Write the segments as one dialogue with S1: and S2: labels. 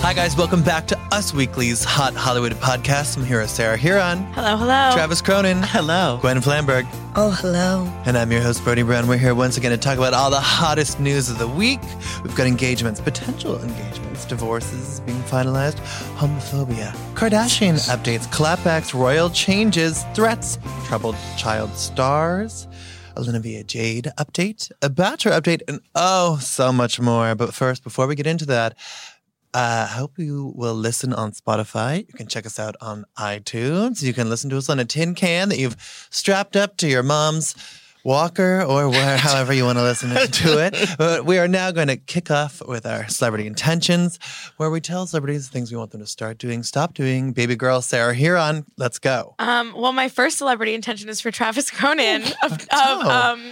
S1: Hi, guys. Welcome back to Us Weekly's Hot Hollywood podcast. I'm here with Sarah Huron.
S2: Hello, hello.
S1: Travis Cronin.
S3: Hello.
S1: Gwen Flamberg.
S4: Oh, hello.
S1: And I'm your host, Brody Brown. We're here once again to talk about all the hottest news of the week. We've got engagements, potential engagements, divorces being finalized, homophobia, Kardashian updates, clapbacks, royal changes, threats, troubled child stars. Olivia Jade update, a Bachelor update, and oh, so much more. But first, before we get into that, uh, I hope you will listen on Spotify. You can check us out on iTunes. You can listen to us on a tin can that you've strapped up to your mom's walker or where, however you want to listen to it. But we are now going to kick off with our celebrity intentions, where we tell celebrities the things we want them to start doing, stop doing. Baby girl Sarah Huron, let's go.
S2: Um, well, my first celebrity intention is for Travis Cronin of, of um,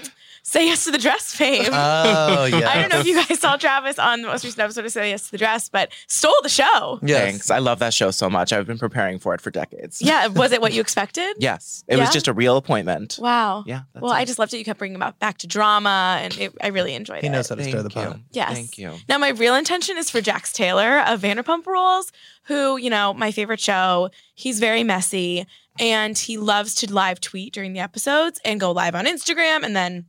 S2: Say Yes to the Dress fame.
S1: Oh, yeah.
S2: I don't know if you guys saw Travis on the most recent episode of Say Yes to the Dress, but stole the show.
S1: Yes.
S3: Thanks. I love that show so much. I've been preparing for it for decades.
S2: Yeah, was it what you expected?
S3: Yes. It
S2: Yeah?
S3: was just a real appointment.
S2: Wow.
S3: Yeah, that's
S2: Well, I
S3: it.
S2: just loved it. You kept bringing about back to drama, and it, I really enjoyed
S1: He
S2: it.
S1: knows how to stir the
S3: Thank you.
S1: pot.
S2: Yes.
S3: Thank you.
S2: Now, my real intention is for Jax Taylor of Vanderpump Rules, who, you know, my favorite show. He's very messy and he loves to live tweet during the episodes and go live on Instagram and then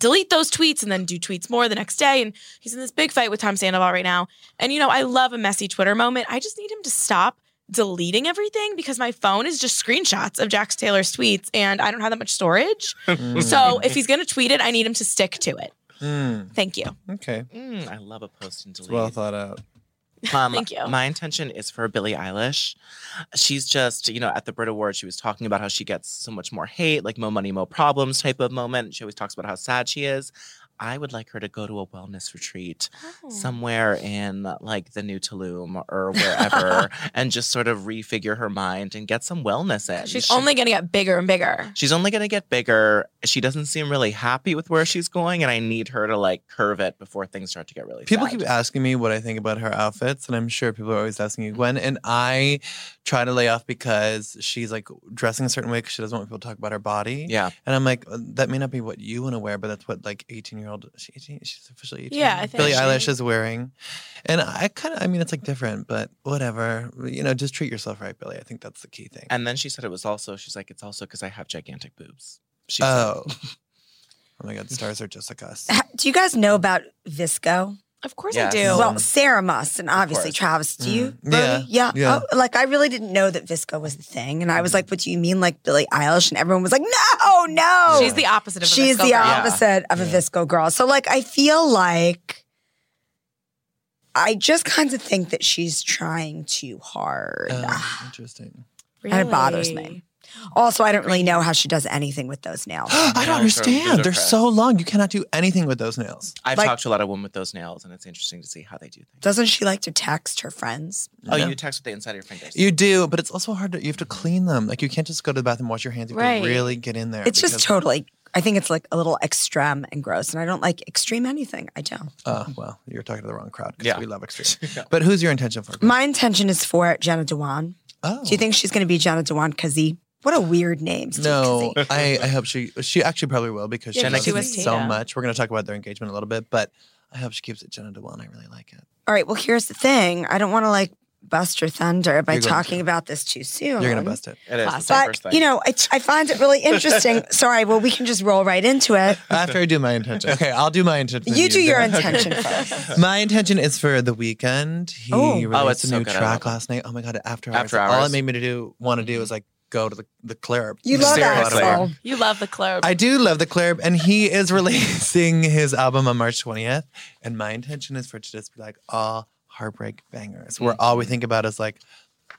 S2: delete those tweets and then do tweets more the next day. And he's in this big fight with Tom Sandoval right now. And, you know, I love a messy Twitter moment. I just need him to stop deleting everything because my phone is just screenshots of Jax Taylor's tweets and I don't have that much storage.
S3: Mm-hmm.
S2: So if he's going to tweet it, I need him to stick to it.
S1: Mm,
S2: Thank you.
S1: okay.
S3: Mm, I love a post and delete.
S1: It's well thought out.
S3: Um,
S2: Thank you.
S3: My intention is for Billie Eilish. She's just, you know, at the Brit Awards, she was talking about how she gets so much more hate, like mo money, mo problems type of moment. She always talks about how sad she is. I would like her to go to a wellness retreat somewhere in like the New Tulum or wherever and just sort of refigure her mind and get some wellness in.
S2: She's
S3: She-
S2: only going to get bigger and bigger.
S3: She's only going to get bigger. She doesn't seem really happy with where she's going, and I need her to like curve it before things start to get really.
S1: People
S3: sad.
S1: keep asking me what I think about her outfits, and I'm sure people are always asking you, Gwen. And I try to lay off because she's like dressing a certain way because she doesn't want people to talk about her body.
S3: Yeah,
S1: And I'm like, that may not be what you want to wear, but that's what like 18 year old, she 18, she's officially 18.
S2: Yeah, I think
S1: Billie
S2: she-
S1: Eilish is wearing. And I kind of, I mean, it's like different, but whatever. You know, just treat yourself right, Billy. I think that's the key thing.
S3: and then she said it was also. She's like, it's also because I have gigantic boobs. She said,
S1: oh. oh my God, stars are just like us.
S4: Ha- Do you guys know about Visco?
S2: Of course
S3: Yes.
S2: I do.
S1: No.
S4: Well, Sarah must, and obviously
S3: course.
S4: Travis. Do you?
S1: Mm.
S4: Brody?
S1: Yeah.
S4: Yeah.
S1: Yeah. Mm-hmm.
S4: Oh, like I really didn't know that Visco was the thing, and I was like, "What do you mean, like Billie Eilish?" And everyone was like, "No, no."
S2: Oh. She's the opposite of a
S4: She's
S2: Visco
S4: the
S2: girl.
S3: Yeah.
S4: opposite of a
S1: Yeah.
S4: Visco girl. So like I feel like I just kind of think that she's trying too hard.
S1: Oh, interesting.
S4: And it bothers me.
S2: Really?
S4: Also, I don't really know how she does anything with those nails.
S1: I don't
S3: Yeah, sure. These
S1: understand.
S3: are
S1: They're
S3: cracks.
S1: so long. You cannot do anything with those nails.
S3: I've
S4: like-
S3: talked to a lot of women with those nails, and it's interesting to see how they do things.
S4: Doesn't she like to text her friends?
S3: oh,
S1: Yeah.
S3: you text with the inside of your fingers.
S1: You do, but it's also hard to, you have to clean them. Like you can't just go to the bathroom, wash your hands. You have
S2: Right.
S1: to really get in there.
S4: It's just
S1: because-
S4: totally. I think it's like a little extreme and gross, and I don't like extreme anything. I don't.
S1: Oh, well, you're talking to the wrong crowd because
S3: Yeah.
S1: we love extreme. But who's your intention for?
S4: My intention is for Jenna Dewan.
S1: oh.
S4: Do you think she's going to be Jenna Dewan Kazi? What a weird name. Steve
S1: Oh, No,
S4: Kazee.
S1: I, I hope she she actually probably will because
S2: Yeah,
S1: she
S3: Jenna
S1: loves it
S3: Kazee.
S1: so
S2: Yeah.
S1: much. We're gonna talk about their engagement a little bit, but I hope she keeps it Jenna Dewan. I really like it.
S4: All right. Well, here's the thing. I don't want to like bust your thunder by
S1: You're going
S4: talking
S1: to.
S4: about this too soon.
S1: You're going to bust it.
S3: It is. It's
S2: Classic.
S3: the first
S4: But
S3: thing.
S4: you know, I, I find it really interesting. Sorry, well, we can just roll right into it.
S1: After I do my intention. Okay, I'll do my intention.
S4: You do your
S1: then.
S4: intention first.
S1: My intention is for the weekend. He
S4: Oh.
S1: released
S3: Oh, it's
S1: a
S3: so
S1: new
S3: good. I
S1: track
S3: love it.
S1: last night. Oh my god, after hours.
S3: After
S1: All it
S3: Hours.
S1: made me to do want to do is like go to the the club.
S4: Mm-hmm. You
S1: Just
S4: love
S1: stare at
S3: Seriously.
S1: it.
S4: Axel.
S2: You love the club.
S1: I do love the club, and he is releasing his album on March 20th. And my intention is for it to just be like all heartbreak bangers, where all we think about is like,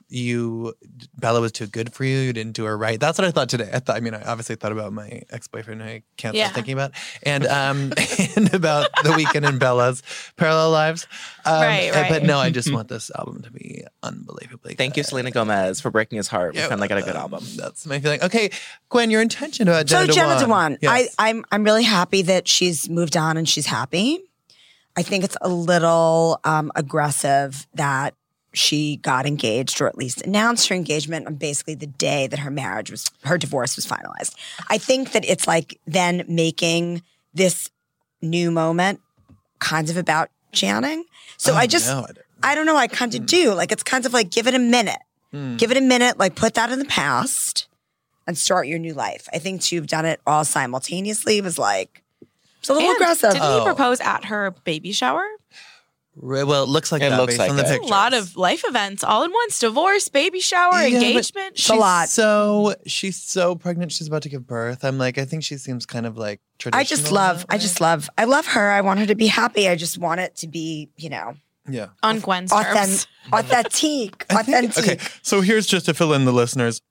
S1: you, Bella was too good for you. You didn't do her right. That's what I thought today. I thought, I mean, I obviously thought about my ex boyfriend who I can't
S2: Yeah.
S1: stop thinking about, and um, and about the weekend and Bella's parallel lives. Um,
S2: Right,
S1: uh, But
S2: right.
S1: no, I just want this album to be unbelievably.
S3: Thank you,
S1: good.
S3: Selena Gomez, for breaking his heart. We
S1: Yeah,
S3: finally got a good
S1: um,
S3: album.
S1: That's my feeling. Okay, Gwen, your intention about
S4: So
S1: Jenna
S4: Jenna Dewan,
S1: Yes.
S4: I, I'm I'm really happy that she's moved on and she's happy. I think it's a little um, aggressive that she got engaged or at least announced her engagement on basically the day that her marriage was her divorce was finalized. I think that it's like then making this new moment kind of about Janning. So
S1: Oh,
S4: I just
S1: no, don't-
S4: I don't know, I kind of do. Like it's kind of like give it a minute.
S1: Mm.
S4: Mm-hmm. Give it a minute, like put that in the past and start your new life. I think to have done it all simultaneously was like, it's a little
S2: And
S4: aggressive.
S2: Didn't
S1: Oh.
S2: he propose at her baby shower?
S1: Right, well, it looks like
S3: It
S1: that
S3: looks
S1: based
S3: like
S1: on the
S3: it.
S2: A
S1: picture.
S2: lot of life events all in once: divorce, baby shower,
S1: Yeah, but
S2: engagement.
S4: It's a lot.
S1: So she's so pregnant. She's about to give birth. I'm like, I think she seems kind of like traditional.
S4: I just
S1: in
S4: love,
S1: that
S4: I
S1: way.
S4: just love, I love her. I want her to be happy. I just want it to be, you know,
S1: yeah.
S2: on Gwen's terms.
S4: authentic, authentic,
S1: I think-
S4: authentic.
S1: okay, so here's just to fill in the listeners.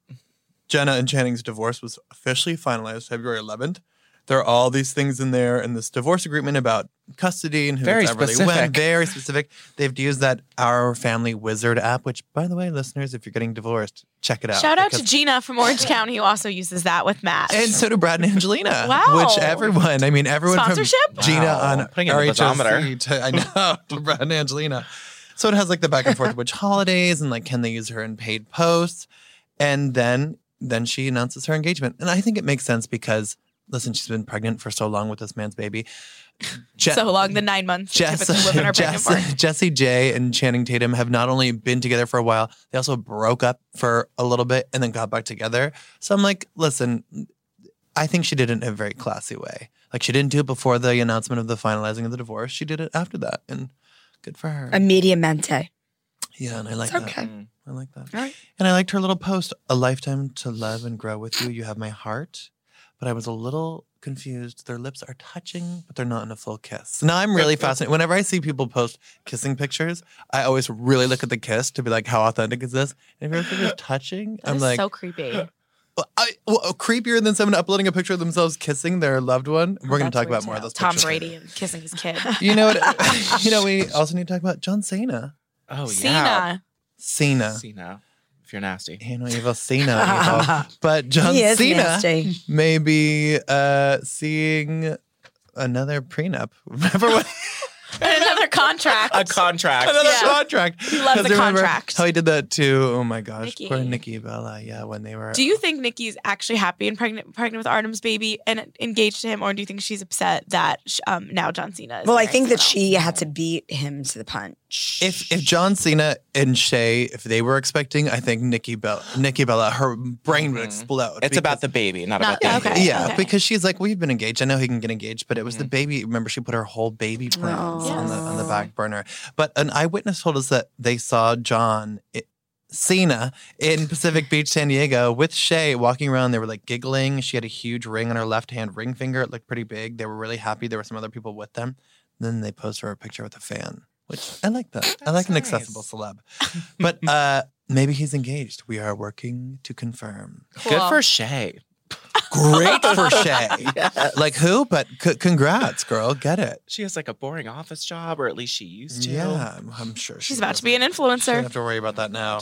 S1: Jenna and Channing's divorce was officially finalized February 11th. There are all these things in there in this divorce agreement about custody and who
S3: Very
S1: it's ever really
S3: specific.
S1: when. Very specific. They've used that Our Family Wizard app, which, by the way, listeners, if you're getting divorced, check it out.
S2: Shout out to
S1: because-
S2: Gina from Orange County who also uses that with Matt.
S1: And so do Brad and Angelina.
S2: Wow.
S1: Which everyone, I mean, everyone
S2: Sponsorship?
S1: from Gina
S3: Wow.
S1: on
S3: Putting it in the
S1: RHOC
S3: barometer.
S1: to, I know, to Brad and Angelina. So it has like the back and forth of which holidays and like, can they use her in paid posts? And then, then she announces her engagement. And I think it makes sense because, listen, she's been pregnant for so long with this man's baby. Je-
S2: so along the nine months that
S1: Jess,
S2: typically women are pregnant for.
S1: Jess, Jesse J and Channing Tatum have not only been together for a while, they also broke up for a little bit and then got back together. So I'm like, listen, I think she did it in a very classy way. Like she didn't do it before the announcement of the finalizing of the divorce. She did it after that, and good for her.
S4: A mediamente.
S1: yeah, and I like
S4: It's okay.
S1: that.
S3: Mm.
S1: I like that.
S4: All right.
S1: And I liked her little post: "A lifetime to love and grow with you. You have my heart." But I was a little confused. Their lips are touching, but they're not in a full kiss. Now I'm really fascinated. Whenever I see people post kissing pictures, I always really look at the kiss to be like, "How authentic is this?" And if you're touching,
S2: That
S1: I'm
S2: is
S1: like,
S2: so creepy.
S1: well, I, well, uh, creepier than someone uploading a picture of themselves kissing their loved one. We're going to
S2: That's
S1: talk
S2: weird
S1: about more
S2: too.
S1: of those.
S2: Tom
S1: pictures
S2: Brady
S1: later.
S2: and kissing his kid.
S1: You know what? you know we also need to talk about John Cena.
S3: Oh, yeah.
S2: Cena.
S1: Cena.
S3: Cena. If you're nasty.
S1: You know, evil Cena. evil. But Uh, John
S4: he is
S1: Cena
S4: nasty.
S1: may be uh, seeing another prenup. Remember what?
S2: And another contract.
S3: A contract.
S1: another
S2: Yeah.
S1: contract.
S2: He loves
S1: 'Cause
S2: the
S1: remember
S2: contract.
S1: How he did that too. Oh my gosh.
S2: Nikki.
S1: Poor Nikki Bella. Yeah, when they were.
S2: do you think Nikki's actually happy and pregnant pregnant with Artem's baby and engaged to him, or do you think she's upset that sh- um, now John Cena is?
S4: Well, I
S2: marrying
S4: think that
S2: someone
S4: she had to beat him to the punch.
S1: If if John Cena and Shay, if they were expecting, I think Nikki Bella, Nikki Bella, her brain would
S3: Mhm.
S1: explode.
S3: It's
S1: because-
S3: about the baby, not,
S2: Not-
S3: about the
S2: okay.
S3: baby.
S1: yeah,
S2: okay.
S1: because she's like, we've been engaged. I know he can get engaged, but it was the
S3: Mhm.
S1: baby. Remember, she put her whole baby plans
S4: Oh.
S1: on the on the
S4: Yes.
S1: back burner. But an eyewitness told us that they saw John. i Cena in Pacific Beach, San Diego, with Shay walking around. They were like giggling. She had a huge ring on her left hand ring finger. It looked pretty big. They were really happy. There were some other people with them. Then they posed for a picture with a fan, which I like that. I
S3: That's
S1: like an
S3: nice.
S1: accessible celeb. But uh maybe he's engaged. We are working to confirm.
S2: else?
S3: Good
S2: Cool.
S3: for Shay.
S1: Great for Shay.
S3: Yeah.
S1: Like who? But c- congrats, girl. Get it.
S3: She has like a boring office job, or at least she used to.
S1: Yeah, I'm, I'm sure
S2: She's
S1: she
S2: about to be an
S1: doesn't- She doesn't
S2: influencer.
S1: have to worry about that now.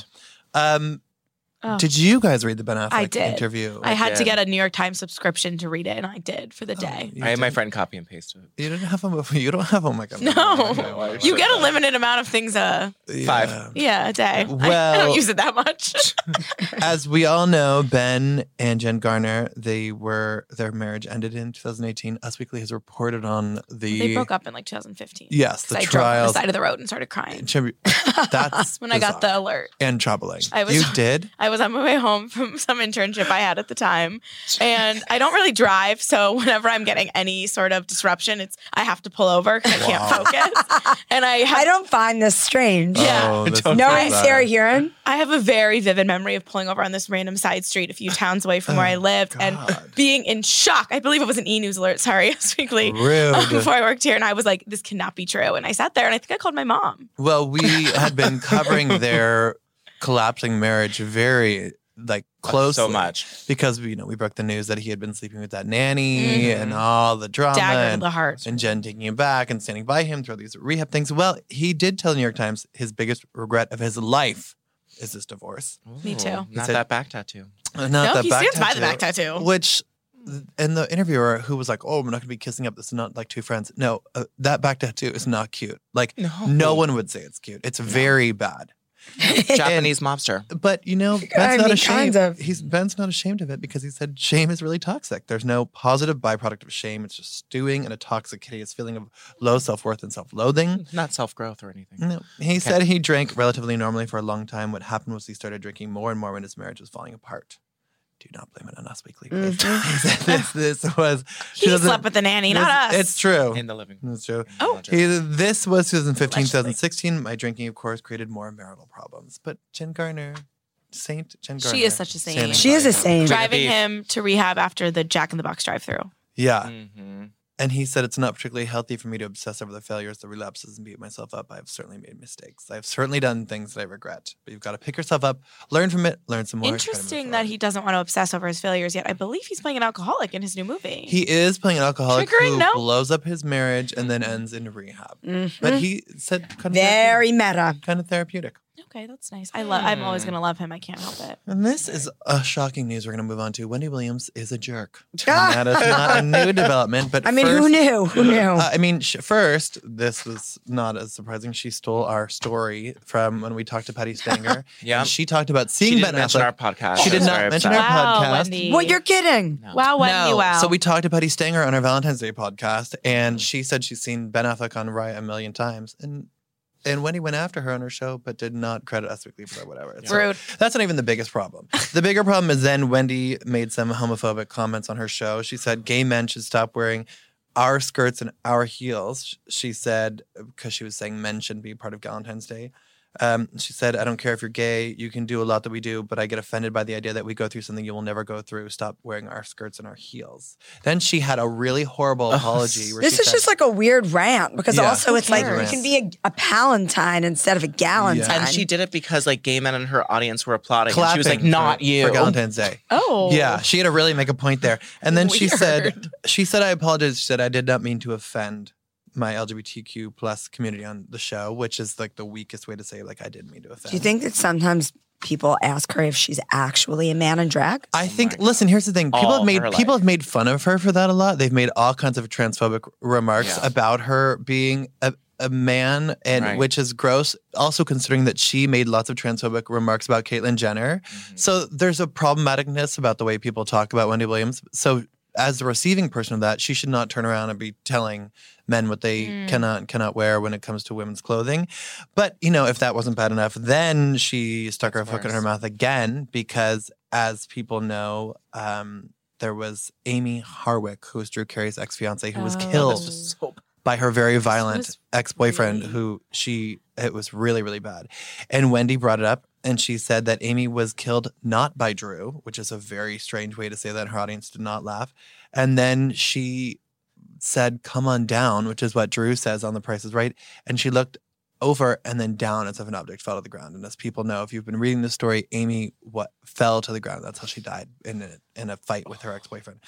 S1: Um,
S2: Oh.
S1: Did you guys read the Ben Affleck
S2: I did.
S1: interview? oh,
S2: I had to
S3: did.
S2: get a New York Times subscription to read it, and I did
S4: Oh,
S2: for the day.
S1: You
S3: I had my
S1: didn't-
S3: friend copy and paste it.
S1: You didn't have a movie. You don't have. Oh my god.
S2: No.
S3: I
S2: You
S3: should-
S2: get a limited amount of things a
S1: Yeah.
S3: Five.
S2: yeah a day. I- I,
S1: Well-
S2: don't use it that much.
S1: As we all know, Ben and Jen Garner, they were their marriage ended in 2018. Us Weekly has reported on the
S2: they broke up in like 2015.
S1: Yes,
S2: 'Cause
S1: the
S2: I drove on the
S1: trials.
S2: side of the road and started crying.
S1: Tribu- That's
S2: That's when I got
S1: bizarre
S2: the alert.
S1: and troubling.
S2: I was-
S1: you did.
S2: I was on my way home from some internship I had at the time, and I don't really drive. So whenever I'm getting any sort of disruption, it's I have to pull over because I
S1: Wow.
S2: can't focus. And I
S4: I
S2: have,
S4: don't find this strange.
S2: Yeah.
S1: Oh, this
S3: Don't
S1: is
S4: No
S1: bizarre.
S4: one, Sarah Huron.
S2: I have a very vivid memory of pulling over on this random side street a few towns away from where I lived
S1: Oh, God.
S2: and being in shock. I believe it was an E News alert. Sorry, Us Weekly. um,
S1: Rude.
S2: before I worked here, and I was like, "This cannot be true." And I sat there, and I think I called my mom.
S1: Well, we had been covering their collapsing marriage very like closely
S3: so much.
S1: because you know we broke the news that he had been sleeping with that nanny
S3: Mhm.
S1: and all the drama
S2: Mm-hmm. Dagger to
S1: and,
S2: the heart.
S1: and Jen taking him back and standing by him through all these rehab things. Well, he did tell the New York Times his biggest regret of his life is this divorce.
S2: Me
S3: Ooh,
S2: too.
S3: Not
S1: It's a-
S3: that back tattoo.
S1: Not
S2: No,
S1: that
S2: he
S1: back
S2: stands by the back tattoo.
S1: Which, and the interviewer who was like, "Oh, I'm not going to be kissing up. This is not like two friends." No, uh, that back tattoo is not cute. Like,
S3: No.
S4: Oh.
S1: no one would say it's cute. It's very bad.
S3: Japanese mobster.
S1: But you know, Ben's
S4: I
S1: not
S4: mean,
S1: ashamed.
S4: kind of.
S1: He's Ben's not ashamed of it because he said shame is really toxic. There's no positive byproduct of shame. It's just stewing in a toxic, hideous feeling of low self worth and self loathing.
S3: Not self growth or anything.
S1: No, he said he drank relatively normally for a long time. What happened was he started drinking more and more when his marriage was falling apart. Do not blame it on Us Weekly. please.
S4: Mm-hmm.
S1: he said this, this was. she
S2: He
S1: doesn't-
S2: slept with the nanny, not us.
S1: this- It's true.
S3: In the living room.
S1: It's true.
S2: Oh.
S1: He, this was 2015,
S2: Allegedly.
S1: 2016. My drinking, of course, created more marital problems. But Jen Garner, Saint Jen Garner.
S2: She is such a saint.
S1: standing
S4: She
S1: by
S4: is a
S1: him.
S4: saint.
S2: driving
S3: Beef.
S2: him to rehab after the Jack in the Box drive-through.
S1: Yeah.
S3: hmm
S1: And he said, It's not particularly healthy for me to obsess over the failures, the relapses, and beat myself up. I've certainly made mistakes. I've certainly done things that I regret. But you've got to pick yourself up, learn from it, learn some more. try to move
S2: Interesting that
S1: forward.
S2: he doesn't want to obsess over his failures yet. I believe he's playing an alcoholic in his new movie.
S1: He is playing an alcoholic
S2: Triggering,
S1: who
S2: no? Mm-hmm.
S1: blows up his marriage and then ends in rehab. But he said, kind of
S4: Mm-hmm. Very
S1: therapeutic-
S4: meta.
S1: Kind of therapeutic.
S2: okay, that's nice. I love. I'm always gonna love him. I can't help it.
S1: And this is a shocking news we're going to move on to. Wendy Williams is a jerk. And
S4: Ah.
S1: that is not a new development, but
S4: I mean,
S1: first,
S4: who knew? Who knew?
S1: Uh, I mean, sh- first, this was not as surprising. She stole our story from when we talked to Patty Stanger.
S3: Yeah.
S1: and she talked about
S3: She
S1: seeing
S3: didn't
S1: Ben
S3: mention our
S1: Affleck.
S3: podcast.
S1: She
S3: I
S1: did
S3: was
S1: not
S3: very
S1: mention
S3: upset.
S1: our
S2: Wow,
S1: podcast.
S2: Wendy.
S4: well, you're kidding.
S3: No.
S2: Wow, Wendy. Wow.
S1: So we talked to Patty Stanger on our Valentine's Day podcast, and she said she's seen Ben Affleck on Raya a million times, and and Wendy went after her on her show, but did not credit Us Weekly for whatever. So
S2: rude.
S1: that's not even the biggest problem. The bigger problem is then Wendy made some homophobic comments on her show. She said gay men should stop wearing our skirts and our heels. Sh- She said, because she was saying men shouldn't be part of Valentine's Day. Um, she said, I don't care if you're gay. You can do a lot that we do, but I get offended by the idea that we go through something you will never go through. Stop wearing our skirts and our heels. Then she had a really horrible apology. where
S4: This
S1: she
S4: is
S1: said-
S4: just like a weird rant because
S1: Yeah.
S4: also
S1: Who
S4: it's like
S1: cares?
S4: it can be a, a palantine instead of a galantine.
S3: And she did it because like gay men in her audience were applauding. And she was like,
S1: clapping
S3: not
S1: for,
S3: you.
S1: for Valentine's Day.
S2: Oh.
S1: Yeah, she had to really make a point there. And then she said,
S2: Weird.
S1: she said, I apologize. She said, I did not mean to offend my LGBTQ plus community on the show, which is like the weakest way to say like I didn't mean to offend.
S4: Do you think that sometimes people ask her if she's actually a man in drag?
S1: I think.
S3: God.
S1: Listen, here's the thing. People
S3: All
S1: have made
S3: her life.
S1: people have made fun of her for that a lot. They've made all kinds of transphobic remarks
S3: Yeah.
S1: about her being a, a man, and
S3: Right.
S1: which is gross. Also, considering that she made lots of transphobic remarks about Caitlyn Jenner,
S3: Mm-hmm.
S1: so there's a problematicness about the way people talk about Wendy Williams. So. As the receiving person of that, she should not turn around and be telling men what they cannot and cannot wear when it comes to women's clothing. But you know, if that wasn't bad enough, then she stuck her
S3: That's
S1: foot in her
S3: worse.
S1: mouth again because, as people know, um, there was Amy Harwick, who was Drew Carey's ex fiance, who was
S2: Oh.
S1: killed
S3: This was so
S1: by her very violent
S2: was
S1: ex boyfriend,
S2: really-
S1: who she it was really really bad. And Wendy brought it up, and she said that Amy was killed not by Drew, which is a very strange way to say that. Her audience did not laugh, and then she said, "Come on down," which is what Drew says on The Price Is Right, and she looked. Over and then down as if an object fell to the ground. And as people know, if you've been reading the story, Amy what fell to the ground. That's how she died in a, in a fight with her ex boyfriend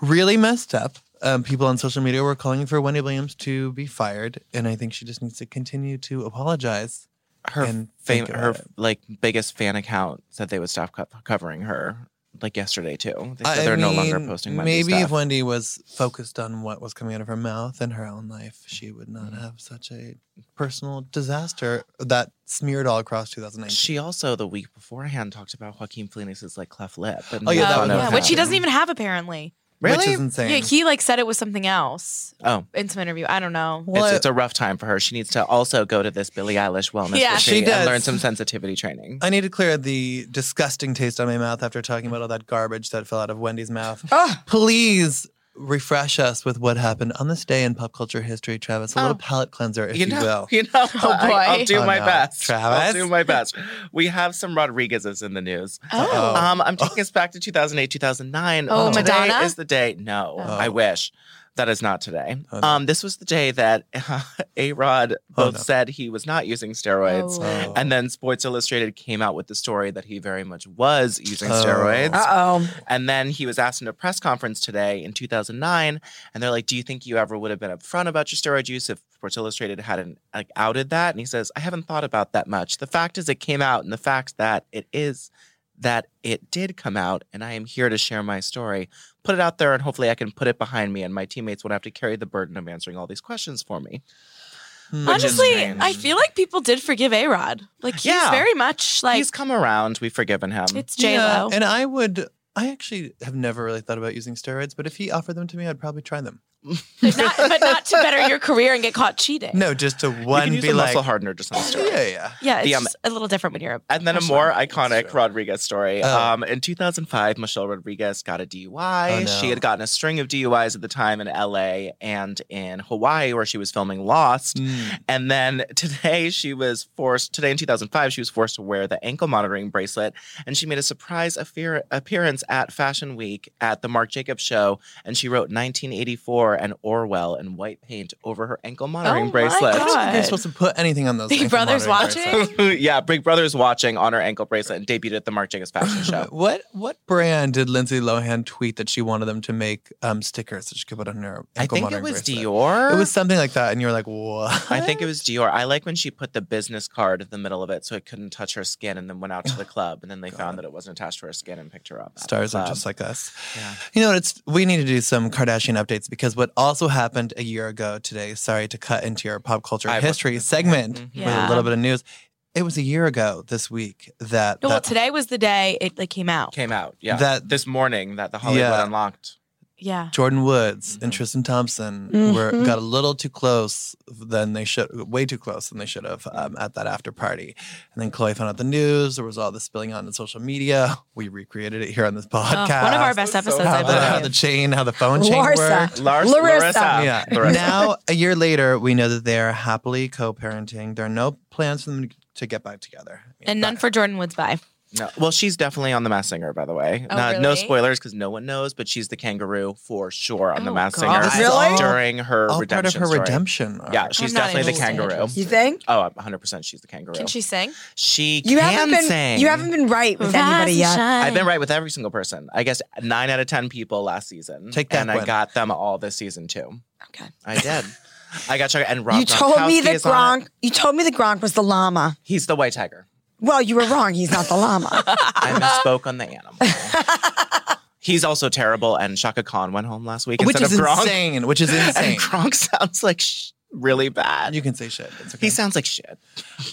S1: really messed up. Um, people on social media were calling for Wendy Williams to be fired, and I think she just needs to continue to apologize
S3: her
S1: and
S3: fame,
S1: think about
S3: her
S1: it.
S3: like biggest fan account said they would stop co- covering her like yesterday too. They said
S1: I
S3: they're no longer
S1: mean,
S3: posting Wendy
S1: Maybe
S3: stuff.
S1: if Wendy was focused on what was coming out of her mouth in her own life, she would not
S3: Mm-hmm.
S1: have such a personal disaster that smeared all across 2019.
S3: she also the week beforehand talked about Joaquin Phoenix's like cleft lip. And
S1: Oh, yeah,
S3: made
S1: that
S2: Oh,
S3: fun
S1: one
S3: of
S2: yeah,
S3: him.
S2: which he doesn't even have apparently.
S1: Which
S3: Really?
S1: is insane.
S2: Yeah, he like said it was something else
S3: Oh,
S2: in some interview. I don't know.
S3: it's,
S1: Well,
S3: it's a rough time for her. She needs to also go to this Billie Eilish wellness
S2: Yeah.
S3: retreat
S1: She
S3: and
S1: does.
S3: learn some sensitivity training.
S1: I need to clear the disgusting taste out of my mouth after talking about all that garbage that fell out of Wendy's mouth.
S3: Ah.
S4: Oh,
S1: Please refresh us with what happened on this day in pop culture history, Travis. A little palate cleanser, if you,
S3: know,
S1: will.
S3: Oh. You know,
S2: Oh,
S3: I,
S2: boy.
S3: I'll do
S1: Oh,
S3: my
S1: no.
S3: best. I'll
S1: Travis?
S3: do my best. We have some Rodriguez's in the news.
S2: Oh.
S3: Um, I'm taking us back to 2008, 2009.
S2: Oh,
S3: Today
S2: Madonna?
S3: is the day. No,
S2: Oh.
S3: I wish. That is not today.
S1: Oh, no.
S3: Um, this was the day that A Rod
S1: Oh,
S3: both
S1: no.
S3: said he was not using steroids.
S2: Oh.
S1: Oh.
S3: And then Sports Illustrated came out with the story that he very much was using
S1: Oh.
S3: steroids.
S4: uh oh.
S3: And then he was asked in a press conference today in 2009, and they're like, "Do you think you ever would have been upfront about your steroid use if Sports Illustrated hadn't like outed that?" And he says, "I haven't thought about that much. The fact is, it came out, and the fact that it is that it did come out, and I am here to share my story, put it out there, and hopefully, I can put it behind me, and my teammates won't have to carry the burden of answering all these questions for me."
S1: Hmm.
S3: Which is
S2: Honestly,
S3: strange.
S2: I feel like people did forgive A Rod. Like he's
S3: Yeah.
S2: very much like
S3: He's come around. We've forgiven him.
S2: it's J
S1: Yeah,
S2: Lo.
S1: and I would. I actually have never really thought about using steroids, but if he offered them to me, I'd probably try them.
S2: but, not, but not to better your career and get caught cheating.
S1: No, just to
S3: you
S1: one
S3: can use
S1: be
S3: a
S1: like,
S3: muscle hardener just on steroids.
S1: yeah, yeah.
S2: Yeah, it's
S3: The, um,
S2: just a little different when you're a
S3: And then a
S2: That's
S3: more
S2: fine.
S3: iconic Rodriguez story.
S1: Oh.
S3: Um, in 2005, Michelle Rodriguez got a DUI.
S1: Oh, no.
S3: She had gotten a string of DUIs at the time in LA and in Hawaii, where she was filming Lost.
S1: Mm.
S3: And then today, she was forced, today in 2005, she was forced to wear the ankle monitoring bracelet. And she made a surprise affair- appearance at Fashion Week at the Marc Jacobs show. And she wrote 1984 and Orwell in white paint over her ankle monitoring
S2: my
S3: bracelet.
S1: I don't think
S2: God.
S1: you're supposed to put anything on those.
S2: Big
S1: ankle
S2: Brother's
S1: monitors.
S2: watching.
S3: yeah, Big Brother's watching on her ankle bracelet and debuted at the Marc Jacobs fashion show.
S1: What what brand did Lindsay Lohan tweet that she wanted them to make um, stickers that she could put on her ankle
S3: I think it
S1: monitoring
S3: was
S1: bracelet?
S3: Dior.
S1: It was something like that, and you were like, "What?"
S3: I think it was Dior. I like when she put the business card in the middle of it so it couldn't touch her skin and then went out to the club and then they found that it wasn't attached to her skin and picked her up. at the
S1: Stars are
S3: club.
S1: just like us.
S3: Yeah.
S1: You know what? It's we need to do some Kardashian updates because what also happened a year ago today. Sorry to cut into your pop culture
S3: I wasn't
S1: history
S3: gonna-
S1: segment
S3: Mhm.
S2: Yeah.
S1: with a little bit of news. It was a year ago this week that
S2: No, well,
S1: that
S2: today was the day it like came out.
S3: Came out. Yeah.
S1: That-
S3: this morning that the Hollywood
S1: Yeah.
S3: unlocked.
S2: Yeah.
S1: Jordan Woods and
S3: Mhm.
S1: Tristan Thompson were
S2: Mhm.
S1: got a little too close than they should, way too close than they should have um, at that after party. And then Chloe found out the news. There was all this spilling out on social media. We recreated it here on this
S2: Oh,
S1: podcast.
S2: one of our best
S3: That's so
S2: episodes,
S1: How
S2: I
S3: bad.
S1: the, how the
S2: believe.
S1: chain, how the phone chain
S4: Larsa.
S1: worked.
S3: Lars-
S4: Larissa.
S3: Ah,
S1: Yeah.
S3: Larissa.
S1: Now, a year later, we know that they are happily co-parenting. There are no plans for them to get back together.
S2: And none
S1: But-
S2: for Jordan Woods by.
S3: No. Well, she's definitely on the Mass Singer, by the way.
S2: Oh,
S3: Not- No
S2: really?
S3: spoilers because no one knows, but she's the kangaroo for sure on the
S2: Oh,
S3: Mass
S2: God.
S3: Singer
S1: Really?
S3: during her
S1: all
S3: redemption
S1: part of her
S3: story.
S1: redemption. arc.
S3: Yeah, she's
S2: not
S3: definitely the
S2: interested.
S3: kangaroo.
S4: You think?
S3: Oh, I'm 100% she's the kangaroo.
S2: Can she sing?
S3: She
S4: You
S3: can
S4: haven't been
S3: sing.
S4: you haven't been right with anybody yet.
S3: I've been right with every single person. I guess nine out of ten people last season.
S1: Take that,
S3: and I
S1: Gwen.
S3: got them all this season too.
S4: Okay.
S3: I did. I got you. And Rob.
S4: You told me
S3: Gronkowski
S4: that
S3: is on it.
S4: Gronk you told me that Gronk was the llama.
S3: He's the white tiger.
S4: Well, you were wrong. He's not the llama.
S3: I misspoke on the animal. He's also terrible. And Shaka Khan went home last week
S1: which
S3: instead
S1: is
S3: of Gronk.
S1: insane. Which is insane.
S3: And Gronk sounds like sh- really bad.
S1: You can say shit. It's okay.
S3: he sounds like shit.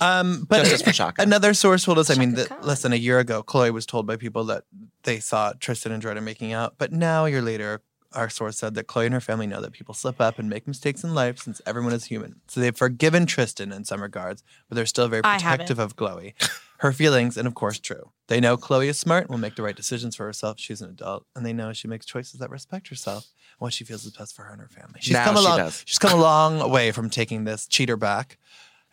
S1: um, but
S3: Justice for Shaka.
S1: Another source told us, I mean,
S2: Shaka
S1: that
S2: Khan.
S1: less than a year ago, Chloe was told by people that they saw Tristan and Jordan making out. But now, a year later, our source said that Chloe and her family know that people slip up and make mistakes in life since everyone is human. So they've forgiven Tristan in some regards, but they're still very
S2: I haven't.
S1: protective of Chloe, her feelings, and of course, true. They know Chloe is smart and will make the right decisions for herself. She's an adult, and they know she makes choices that respect herself and what she feels is best for her and her family. She's
S3: Now
S1: come a
S3: she
S1: long,
S3: does.
S1: she's come a long way from taking this cheater back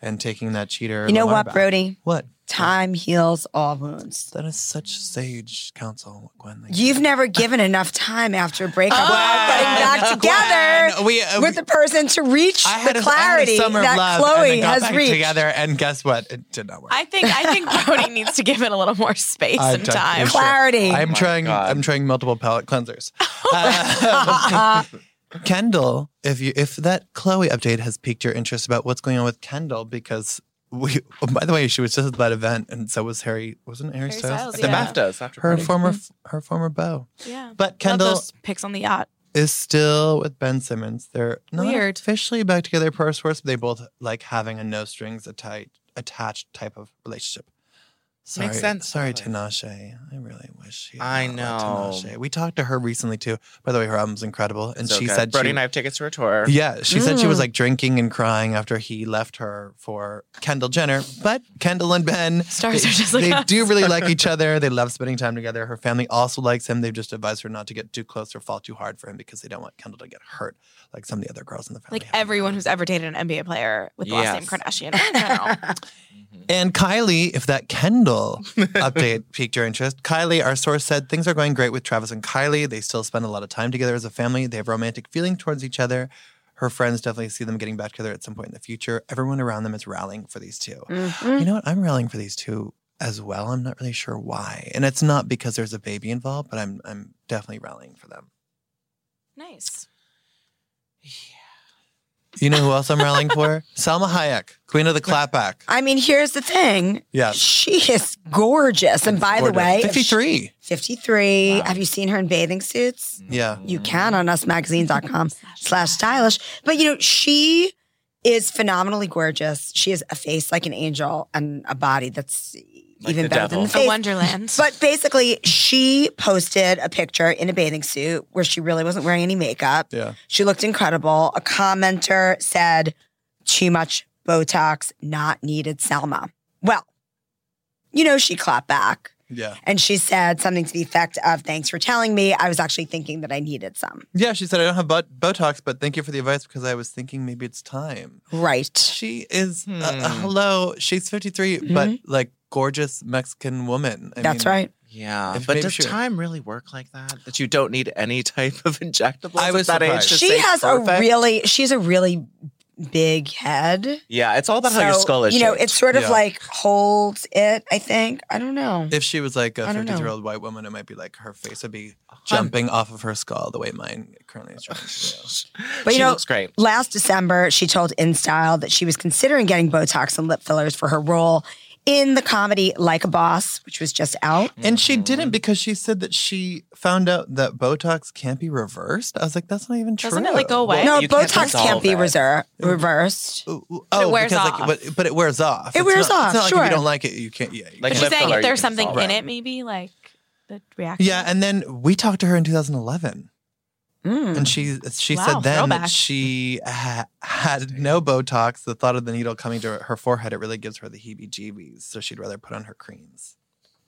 S1: and taking that cheater.
S4: you know
S1: Lamar
S4: what,
S1: back.
S4: Brody?
S1: What?
S4: Time heals all wounds.
S1: That is such sage counsel, Gwen. Thank
S4: You've never given enough time after a breakup
S2: Oh,
S4: without getting back together
S1: Gwen, we, uh,
S4: with the person to reach
S1: I had
S4: the
S1: a- I had a
S4: clarity
S1: summer of
S4: that
S1: love and
S4: Chloe
S1: then got
S4: has
S1: back
S4: reached.
S1: together, and guess what? It did not work.
S2: I think I think Brody needs to give it a little more space
S1: I
S2: and
S1: don't-
S2: time.
S1: Sure.
S4: Clarity.
S1: I'm
S3: Oh my
S1: trying.
S3: God.
S1: I'm trying multiple palette cleansers. Uh, Kendall, if you if that Chloe update has piqued your interest about what's going on with Kendall, because we, oh, by the way, she was just at that event, and so was Harry. Wasn't it Harry,
S2: Harry
S1: Styles?
S2: Styles,
S3: At
S1: At
S3: the
S2: yeah.
S3: BAFTAs after
S1: Her
S3: party.
S1: former, her former beau.
S2: Yeah.
S1: But
S2: Love
S1: Kendall
S2: those pics on the yacht.
S1: is still with Ben Simmons. They're not
S2: Weird.
S1: officially back together per source, but they both like having a no strings atta- attached type of relationship. Sorry,
S3: sense,
S1: Sorry,
S3: totally.
S1: Tinashe. I really wish. She had
S3: I
S1: not liked
S3: know.
S1: Tinashe. We talked to her recently too. By the way, her album's incredible, and
S3: So
S1: she
S3: good.
S1: said
S3: Brody
S1: she,
S3: and I have tickets to her tour.
S1: yeah, she said she was
S4: Mm.
S1: like drinking and crying after he left her for Kendall Jenner. But Kendall and Ben,
S2: Stars
S1: they,
S2: are just like
S1: they
S2: us.
S1: do really like each other. They love spending time together. Her family also likes him. They've just advised her not to get too close or fall too hard for him because they don't want Kendall to get hurt like some of the other girls in the family.
S2: Like
S1: have.
S2: everyone who's ever dated an NBA player with the last name
S3: Yes.
S2: Kardashian. I don't know.
S3: Mm-hmm.
S1: And Kylie, if that Kendall update piqued your interest, Kylie, our source said things are going great with Travis and Kylie. They still spend a lot of time together as a family. They have romantic feeling towards each other. Her friends definitely see them getting back together at some point in the future. Everyone around them is rallying for these 2
S4: Mm-hmm.
S1: You know what? I'm rallying for these two as well. I'm not really sure why. And it's not because there's a baby involved, but I'm I'm definitely rallying for them.
S2: nice.
S1: You know who else I'm rallying for? Selma Hayek, Queen of the Clapback.
S4: I mean, here's the thing.
S1: Yes.
S4: She is gorgeous. And by
S1: Gorgeous.
S4: the way, if she-
S1: 53.
S4: 53. Have you seen her in bathing suits?
S1: Yeah.
S4: You can on usmagazine.com slash stylish. But you know, she is phenomenally gorgeous. She has a face like an angel and a body that's even
S3: the
S4: better
S3: devil.
S4: than the
S3: A
S4: face.
S2: A Wonderland.
S4: But basically, she posted a picture in a bathing suit where she really wasn't wearing any makeup.
S1: Yeah.
S4: She looked incredible. A commenter said, too much Botox, not needed, Selma. Well, you know, she clapped back
S1: Yeah.
S4: and she said something to the effect of, thanks for telling me. I was actually thinking that I needed some.
S1: Yeah, she said, I don't have bot- Botox, but thank you for the advice because I was thinking maybe it's time.
S4: Right.
S1: She is, uh, uh,
S3: Hmm.
S1: hello, she's 53, but like gorgeous Mexican woman. I
S4: That's
S1: mean,
S4: right.
S3: Yeah,
S1: If
S3: but
S1: maybe
S3: does
S1: she-
S3: time really work like that? That you don't need any type of injectable.
S1: I was
S3: at that age.
S1: surprised.
S3: to
S4: She
S3: stay
S4: has a
S3: perfect?
S4: really, she's a really big head.
S3: Yeah, it's all about how your
S4: So,
S3: skull is.
S4: You know,
S3: shaped.
S4: it sort of
S1: Yeah.
S4: like holds it, I think. I don't know.
S1: If she was like a
S4: I don't know.
S1: 53 year old white woman, it might be like her face would be jumping off of her skull the way mine currently is jumping. to do.
S4: But
S3: she
S4: you know,
S3: looks great.
S4: Last December, she told InStyle that she was considering getting Botox and lip fillers for her role in the comedy Like a Boss, which was just out.
S1: and
S3: Mm-hmm.
S1: she didn't because she said that she found out that Botox can't be reversed. I was like, that's not even true.
S2: Doesn't it like go away?
S3: Well,
S4: No,
S3: you can't
S4: Botox
S3: dissolve
S4: can't be
S3: it.
S4: reser- reversed.
S1: Ooh, ooh,
S2: But it
S1: oh,
S2: wears
S1: because
S2: off.
S1: like, but, but it wears off.
S4: It
S1: It's
S4: wears
S1: not- It's not like
S4: off,
S1: if
S4: sure.
S1: you don't like it, you can't. Yeah, you
S2: But
S3: Like
S1: can't
S2: she's
S3: lip
S2: saying
S3: filler,
S2: if
S3: you
S2: there's
S3: can
S2: something
S3: solve
S2: in
S3: it.
S2: it, maybe like the reaction.
S1: Yeah, and then we talked to her in 2011,
S4: Mm.
S1: and she she
S2: Wow,
S1: said then that
S2: throwback.
S1: she ha- had no Botox. The thought of the needle coming to her forehead it really gives her the heebie-jeebies, so she'd rather put on her creams.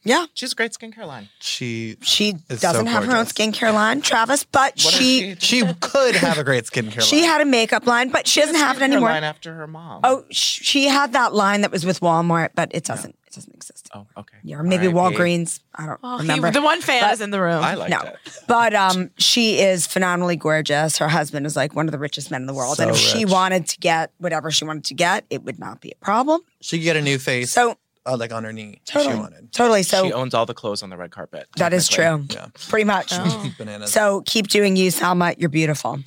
S4: Yeah.
S3: She's a great skincare line.
S1: She
S4: She
S1: It's so
S4: doesn't have her own
S1: gorgeous.
S4: skincare line, Travis, but
S3: What
S4: she
S3: if she,
S1: she could have a great skincare.
S4: she
S1: line.
S4: had a makeup line, but she doesn't have it
S3: skincare
S4: anymore.
S3: Line after her mom.
S4: Oh, sh- she had that line that was with Walmart, but it doesn't it doesn't exist.
S3: oh, okay.
S4: Yeah, or maybe
S3: R.I.P.
S4: Walgreens. I don't
S2: Well, he,
S4: remember.
S2: the one fan
S4: But-
S2: is in the room.
S3: I liked
S4: no.
S3: it.
S4: But um, she is phenomenally gorgeous. Her husband is like one of the richest men in the world. and if
S1: So
S4: she
S1: rich.
S4: wanted to get whatever she wanted to get, it would not be a problem.
S1: she could get a new face,
S4: So
S1: uh, like on her knee. if
S4: totally,
S1: She wanted.
S4: totally.
S3: she
S4: So
S3: owns all the clothes on the red carpet.
S4: that is
S3: technically.
S4: true.
S1: Yeah,
S4: Pretty much. Mm-hmm.
S2: Oh.
S1: bananas.
S4: So keep doing you, Salma. You're beautiful.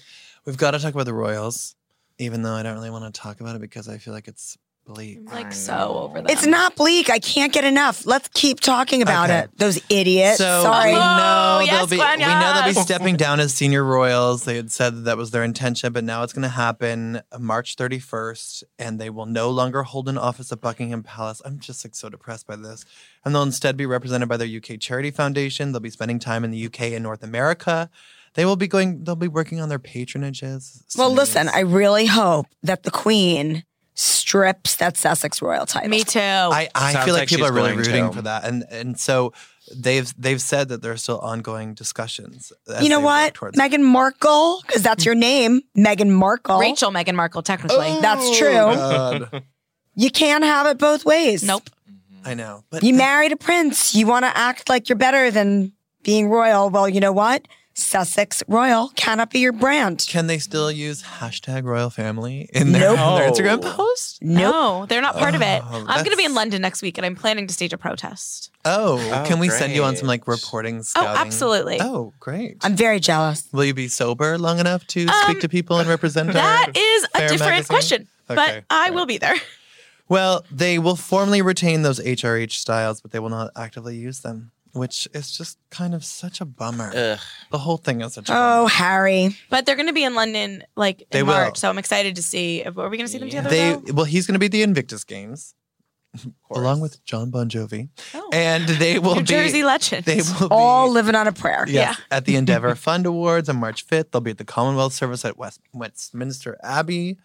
S1: We've got to talk about the Royals, even though I don't really want to talk about it because I feel like it's bleak.
S2: I'm like so over that.
S4: It's not bleak. I can't get enough. Let's keep talking about
S1: Okay.
S4: it. Those idiots.
S1: So
S4: Sorry.
S1: we know
S2: Oh,
S1: they'll
S2: yes,
S1: be
S2: Gwen,
S1: we know they'll be
S2: yes.
S1: stepping down as senior royals. They had said that, that was their intention, but now it's going to happen uh, March 31st, and they will no longer hold an office at Buckingham Palace. I'm just like so depressed by this, and they'll instead be represented by their UK charity foundation. They'll be spending time in the UK and North America. They will be going. Theyll be working on their patronages.
S4: Well,
S1: soon.
S4: listen, I really hope that the Queen strips that Sussex royal title.
S2: Me too.
S1: I, I
S3: Sounds
S1: feel like,
S3: like
S1: people
S3: she's
S1: are really
S3: going
S1: rooting
S3: to.
S1: for that, and and so they've they've said that there are still ongoing discussions. as
S4: You know
S1: they work
S4: what?
S1: towards- Mm.
S4: Meghan Markle, because that's your name, Meghan Markle.
S2: Rachel Meghan Markle, technically.
S1: Oh.
S4: That's true.
S1: God.
S4: You can't have it both ways.
S2: nope.
S1: I know, but
S4: You married a prince. You want to act like you're better than being royal. Well, you know what? Sussex Royal cannot be your brand.
S1: Can they still use hashtag royal family in
S3: Oh,
S1: their,
S4: Nope.
S1: in their Instagram
S3: No.
S1: post?
S4: Nope.
S2: No, they're not part of it.
S1: Oh,
S2: I'm going to be
S1: that's-
S2: in London next week and I'm planning to stage a protest.
S1: Oh,
S3: Oh,
S1: can we send you on some like
S3: great.
S1: reporting
S2: Oh,
S1: scouting?
S2: absolutely.
S1: Oh, great.
S4: I'm very jealous.
S1: Will you be sober long enough to
S2: Um,
S1: speak to people and represent
S2: That
S1: our-
S2: is a
S1: Fair
S2: different
S1: magazine?
S2: question, but um,
S1: Okay,
S2: I
S1: fair.
S2: will be there.
S1: Well, they will formally retain those HRH styles, but they will not actively use them, which is just kind of such a bummer.
S3: Ugh.
S1: The whole thing is such a
S4: Oh,
S1: bummer.
S4: Harry.
S2: But they're going to be in London like in
S1: They will.
S2: March, so I'm excited to see. Are we going to see them
S3: Yeah.
S2: together?
S1: They
S2: though?
S1: well, he's going to be at the Invictus Games
S3: course.
S1: along with John Bon Jovi,
S2: Oh.
S1: and they will
S2: New
S1: be
S2: Jersey legends.
S1: they will be
S4: All living on a prayer.
S1: Yes, at the Endeavor Fund Awards on March 5th. They'll be at the Commonwealth Service at West, Westminster Abbey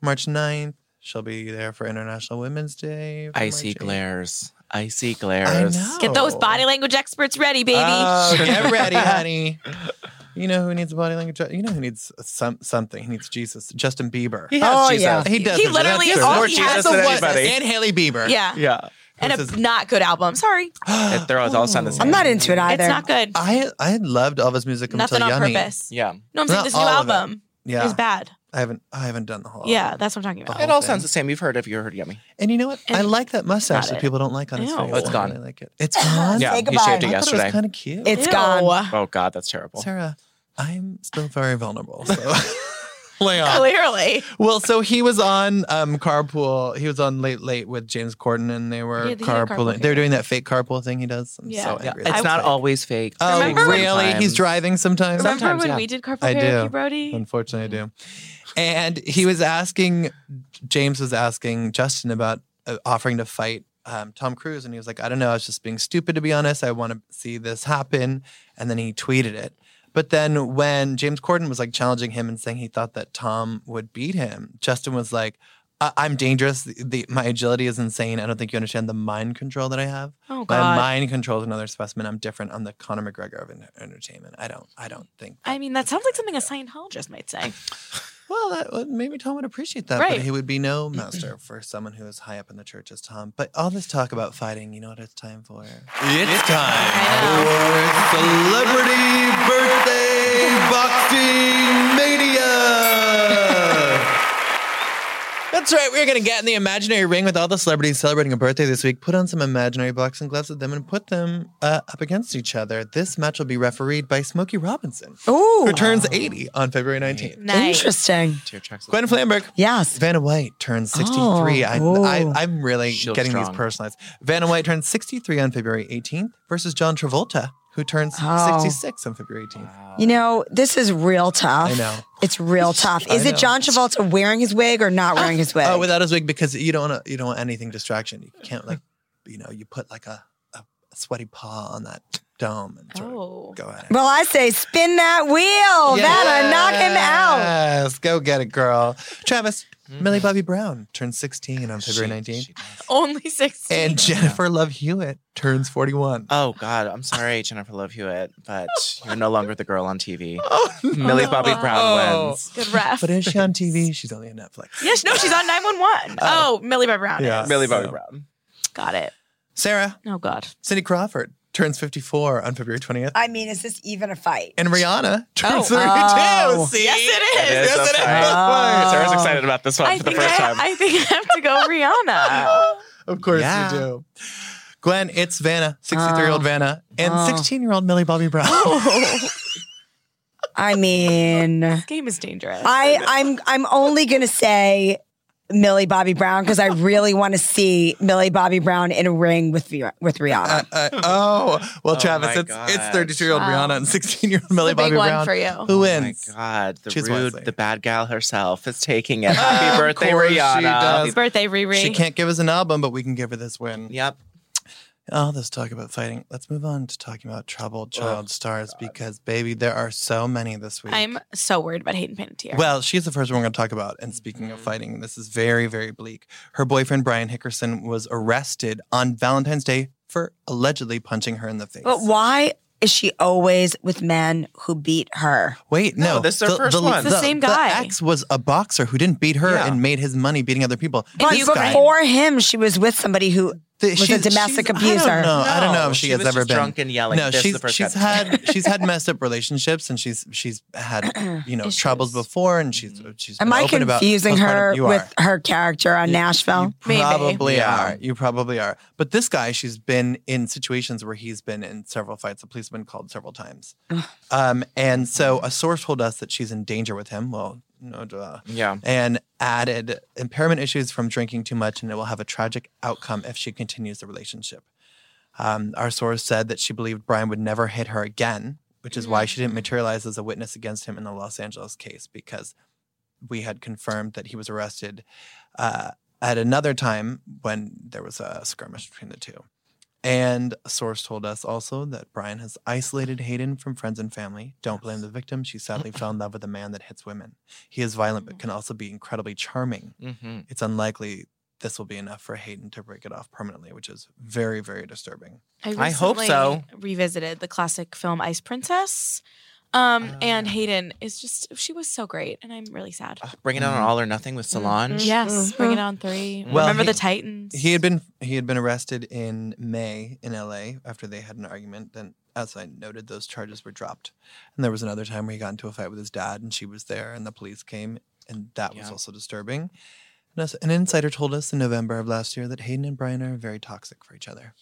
S1: March 9th. She'll be there for International Women's Day. for
S3: Icy
S1: March 8th.
S3: glares. Icy glares.
S1: know.
S2: Get those body language experts ready, baby.
S1: Oh, get ready, honey. You know who needs a body language? You know who needs some something? He needs Jesus. Justin Bieber. Uh,
S3: He has
S4: Oh,
S3: Jesus.
S4: yeah.
S1: He does.
S2: He
S1: that's
S2: literally is
S1: true.
S2: all
S3: More
S2: he
S3: Jesus
S2: has.
S1: That's the
S3: than
S1: one-
S3: anybody.
S1: And Haley Bieber.
S2: yeah.
S3: Yeah.
S2: And a
S1: This is-
S2: not good album. Sorry.
S3: It- They're all, all sound the same.
S4: I'm not into it either.
S2: It's not good.
S1: I I had loved all of his music
S2: Nothing
S1: until
S2: on
S1: Yummy.
S2: purpose.
S3: Yeah.
S2: No, I'm saying
S1: Not
S2: this new
S1: all of it.
S2: album
S1: Yeah, Oh.
S2: is bad.
S1: I haven't I haven't done the whole.
S2: Yeah,
S1: album.
S2: that's what I'm talking about.
S3: It all
S1: thing.
S3: sounds the same. You've heard if you heard Yummy.
S1: And you know what? I
S2: And
S1: like that mustache
S2: not
S1: that
S2: it.
S1: people don't like on his
S2: Ew.
S1: face.
S3: Oh, it's
S1: I
S3: gone.
S1: really like it. It's gone.
S3: Yeah, he
S4: goodbye.
S3: shaved it
S4: I
S3: yesterday.
S1: kind of cute.
S4: It's gone.
S2: Ew.
S3: Oh God, that's terrible.
S1: Sarah, I'm still very vulnerable. So. Lay off.
S2: Clearly.
S1: Well, so he was on um, carpool. He was on late late with James Corden, and they were
S2: Yeah, they did a carpool
S1: carpooling. They were doing that fake carpool thing he does. I'm
S2: Yeah.
S1: so
S3: Yeah,
S1: angry.
S3: it's
S1: at that
S3: not
S1: fake.
S3: always fake.
S1: Oh,
S2: Remember when-
S1: really? He's
S3: driving.
S1: driving sometimes.
S3: Sometimes,
S2: Remember when
S3: yeah.
S2: we did Carpool
S1: I do.
S2: Karaoke, Brody?
S1: Unfortunately,
S2: Mm-hmm.
S1: I do. And he was asking, James was asking Justin about uh, offering to fight um, Tom Cruise. And he was like, I don't know. I was just being stupid, to be honest. I want to see this happen. And then he tweeted it. But then when James Corden was like challenging him and saying he thought that Tom would beat him, Justin was like, I- I'm dangerous. The, the- my agility is insane. I don't think you understand the mind control that I have.
S2: Oh,
S1: My
S2: God.
S1: mind controls another specimen. I'm different. I'm the Conor McGregor of en- entertainment. I don't. I don't think.
S2: I mean, that sounds like something a Scientologist might say.
S1: Well, that would- maybe Tom would appreciate that,
S2: Right.
S1: but he would be no master for someone who is high up in the church as Tom. But all this talk about fighting, you know what it's time for? It's time for celebrity birthday boxing mania. That's right. We're going to get in the imaginary ring with all the celebrities celebrating a birthday this week. Put on some imaginary boxing gloves with them and put them uh, up against each other. This match will be refereed by Smokey Robinson,
S4: Ooh.
S1: who turns 80 on February 19th.
S2: Nice.
S4: Interesting.
S3: Tear tracks.
S1: Gwen Flamberg.
S4: Yes.
S1: Vanna White turns 63.
S4: Oh,
S1: I,
S4: oh.
S1: I, I'm really
S3: She's
S1: getting
S3: strong.
S1: these personalized. Vanna White turns 63 on February 18th versus John Travolta, who turns
S4: Oh.
S1: 66 on February 18th.
S4: You know, this is real tough.
S1: I know.
S4: It's real tough.
S1: I
S4: Is it
S1: know.
S4: John Travolta wearing his wig or not wearing his wig?
S1: Oh, without his wig because you don't want you don't want anything distraction. You can't like, you know, you put like a, a sweaty paw on that dome and sort
S2: Oh.
S1: of go at it.
S4: well, I say spin that wheel. That'll knock him out.
S1: Yes, go get it, girl. Travis, Millie Bobby Brown turns 16 on
S3: She-
S1: February 19th.
S3: she does.
S2: Only 16.
S1: and Jennifer Love Hewitt turns 41.
S3: Oh God, I'm sorry, Jennifer Love Hewitt, but you're no longer the girl on TV.
S1: Oh,
S3: Millie Bobby Brown
S1: Oh.
S3: wins.
S2: Good ref.
S1: But is she on TV? She's only on Netflix.
S2: Yes, no, she's on 911. Oh, Millie Bob Brown.
S1: Yeah.
S2: is.
S3: Millie Bobby
S1: So-
S3: Brown.
S2: Got it.
S1: Sarah,
S2: Oh, God.
S1: Cindy Crawford turns 54 on February 20th.
S4: I mean, is this even a fight?
S1: and Rihanna turns 32.
S4: Oh.
S1: See?
S2: Yes, it is.
S3: It is
S1: Yes,
S3: a
S1: it is.
S3: fight.
S4: Oh.
S3: Sarah's excited about this one
S2: I
S3: for the
S2: think
S3: first
S2: I,
S3: time.
S2: I think I have to go Rihanna.
S1: Of course
S3: Yeah.
S1: you do. Gwen, it's Vanna, 63 year
S2: Oh.
S1: old Vanna, and 16 year old Millie Bobby Brown.
S4: I mean,
S2: This game is dangerous.
S4: I, I'm I'm only gonna say Millie Bobby Brown because I really want to see Millie Bobby Brown in a ring with Vi- with
S1: Uh,
S4: Rihanna.
S1: uh, oh, well,
S3: Oh
S1: Travis,
S3: my
S1: it's it's
S3: gosh.
S1: 32 year old
S2: Wow.
S1: Rihanna and 16 year old Millie
S2: the big
S1: Bobby
S2: one
S1: Brown.
S2: for you.
S1: Who
S3: Oh my
S1: wins?
S3: God, the
S1: Choose
S3: rude,
S1: wisely.
S3: the bad gal herself is taking it.
S1: Of
S3: Happy birthday,
S1: course she
S3: Rihanna.
S1: does.
S2: Happy birthday, Riri.
S1: She can't give us an album, but we can give her this win.
S3: Yep.
S1: all this talk about fighting, let's move on to talking about troubled
S3: Oh
S1: child stars because, baby, there are so many this week.
S2: I'm so worried about Hayden Panettiere.
S1: well, she's the first one we're going to talk about. And speaking
S3: Mm-hmm.
S1: of fighting, this is very, very bleak. Her boyfriend, Brian Hickerson, was arrested on Valentine's Day for allegedly punching her in the face.
S4: But why is she always with men who beat her?
S1: Wait, no.
S3: No, this is her first one. It's
S2: the same guy.
S1: The ex was a boxer who didn't beat her
S3: Yeah.
S1: and made his money beating other people.
S2: And
S4: But
S2: you
S1: This guy-
S2: can-
S4: before him, she was with somebody who
S1: the-
S4: was a
S1: she's-
S4: domestic
S1: she's-
S4: abuser.
S1: I don't know. Oh, I don't know if she,
S3: She
S1: has
S3: was
S1: ever
S3: just
S1: been
S3: drunk and yelling.
S1: No,
S3: This is
S1: she's
S3: the first
S1: she's
S3: episode.
S1: had she's had messed up relationships and she's she's had you know
S2: Issues.
S1: troubles before and she's
S3: Mm-hmm.
S1: she's
S4: Am
S1: been
S4: I
S1: open about
S4: confusing
S1: postpartum.
S4: her
S1: You
S4: with
S1: are.
S4: her character on Nashville?
S2: Maybe.
S1: Probably
S3: Yeah.
S1: are. You probably are. But this guy, she's been in situations where he's been in several fights. The police have been called several times. um, and so a source told us that she's in danger with him. Well, no duh,
S3: Yeah.
S1: and added impairment issues from drinking too much, and it will have a tragic outcome if she continues the relationship. Um, our source said that she believed Brian would never hit her again, which is why she didn't materialize as a witness against him in the Los Angeles case because we had confirmed that he was arrested uh, at another time when there was a skirmish between the two. And a source told us also that Brian has isolated Hayden from friends and family. Don't blame the victim. She sadly fell in love with a man that hits women. He is violent, but can also be incredibly charming.
S3: Mm-hmm.
S1: It's unlikely this will be enough for Hayden to break it off permanently, which is very, very disturbing.
S3: I hope
S2: recently
S3: so.
S2: Revisited the classic film Ice Princess. Um,
S1: Ah.
S3: Oh,
S2: and
S3: yeah.
S2: Hayden is just, she was so great. And I'm really sad.
S3: bring it on
S1: Mhm.
S3: all or nothing with Solange.
S2: Yes,
S4: Mhm.
S2: bring it on three.
S3: Well,
S2: Remember
S1: he-
S2: the Titans.
S1: He had been he had been arrested in May in LA after they had an argument. Then, as I noted, those charges were dropped. And there was another time where he got into a fight with his dad, and she was there, and the police came, and that was
S3: Yeah.
S1: also disturbing. And us- an insider told us in November of last year that Hayden and Brian are very toxic for each other.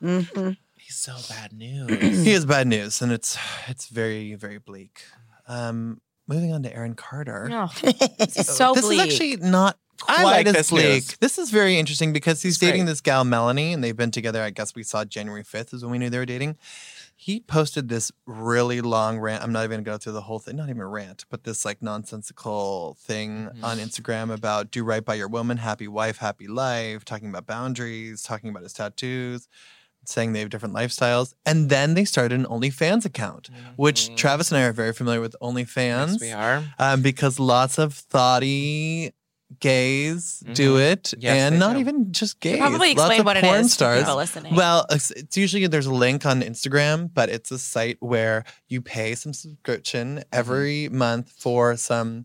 S4: Mhm.
S3: He's so bad news.
S1: he is bad news, and it's it's very very bleak. Um, moving on to Aaron Carter.
S2: No, this is so
S1: this
S2: bleak.
S1: is actually not
S3: I
S1: quite
S3: like
S1: as
S3: this
S1: bleak.
S3: news.
S1: This is very interesting because he's
S3: It's
S1: dating
S3: great.
S1: this gal Melanie, and they've been together. I guess we saw January fifth is when we knew they were dating. He posted this really long rant. I'm not even going to go through the whole thing. Not even a rant, but this like nonsensical thing
S3: Mhm.
S1: on Instagram about do right by your woman, happy wife, happy life. Talking about boundaries, talking about his tattoos, saying they have different lifestyles, and then they started an OnlyFans account, which
S3: Mhm.
S1: Travis and I are very familiar with OnlyFans
S3: Yes, we are.
S1: um, because lots of thotty gays do it,
S3: Mm-hmm. Yes,
S1: and
S3: they
S1: not
S3: do.
S1: even just gays.
S2: probably
S1: lots
S2: explain
S1: of
S2: what it
S1: porn
S2: is to
S1: Stars.
S2: people listening.
S1: Well, it's, it's usually there's a link on Instagram, but it's a site where you pay some
S2: Mm-hmm.
S1: subscription every month for some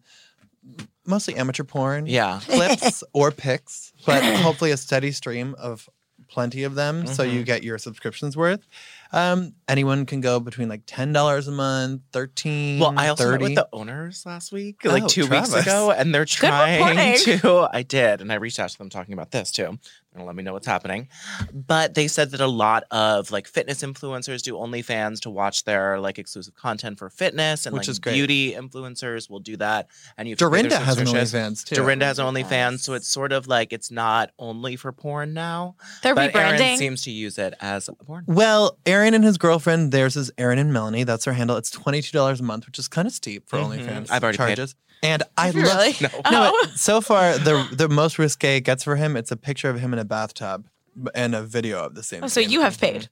S1: mostly amateur porn
S3: Yeah.
S1: clips or pics, but hopefully a steady stream of plenty of them so you
S3: Mm-hmm.
S1: get your subscriptions worth. Um, anyone can go between like $10 a month, 13
S3: Well, I also
S1: 30.
S3: met with the owners last week, like
S1: Oh,
S3: two
S1: Travis.
S3: weeks ago, and they're trying
S2: reporting.
S3: to. I did, and I reached out to them talking about this too. They're gonna let me know what's happening. But they said that a lot of like fitness influencers do OnlyFans to watch their like exclusive content for fitness, and
S1: Which
S3: like
S1: is great.
S3: beauty influencers will do that. And you have to pay their
S1: Dorinda has an
S3: subscriptions.
S1: OnlyFans too.
S3: Dorinda has an OnlyFans,
S2: Yes.
S3: so it's sort of like it's not only for porn now.
S2: They're
S3: but Aaron
S2: rebranding.
S3: seems to use it as porn.
S1: Well, Aaron and his girlfriend, theirs is Aaron and Melanie. That's their handle. It's twenty two dollars a month, which is kind of steep for
S3: Mhm.
S1: OnlyFans.
S3: I've already paid.
S1: charges. And I love
S2: really?
S3: No.
S1: no.
S2: Oh.
S1: it- So far, the the most risque it gets for him. It's a picture of him in a bathtub b- and a video of the same.
S2: Oh, so
S1: scene.
S2: you have paid.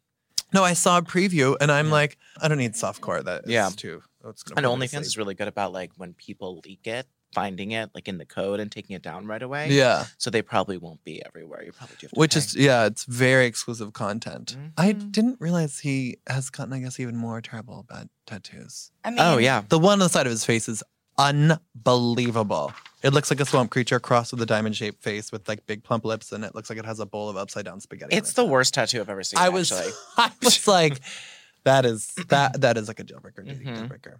S1: No, I saw a preview, and I'm like, I don't need softcore. That is
S3: Yeah.
S1: too. That's gonna
S3: And
S1: put me to
S3: OnlyFans is
S1: sleep.
S3: really good about like when people leak it, finding it like in the code and taking it down right away.
S1: Yeah,
S3: So they probably won't be everywhere. You probably do. Have to
S1: which
S3: pay.
S1: is yeah, it's very exclusive content. I
S3: Mm-hmm.
S2: Mhm.
S1: didn't realize he has gotten, I guess, even more terrible about tattoos.
S4: I mean,
S3: Oh yeah.
S1: The one on the side of his face is unbelievable. It looks like a swamp creature crossed with a diamond shaped face with like big plump lips, and it looks like it has a bowl of upside down spaghetti. on
S3: It's
S1: it.
S3: the worst tattoo I've ever seen.
S1: I was,
S3: actually.
S1: I was like, that is that that is like a deal breaker, deal
S3: Mhm.
S1: breaker.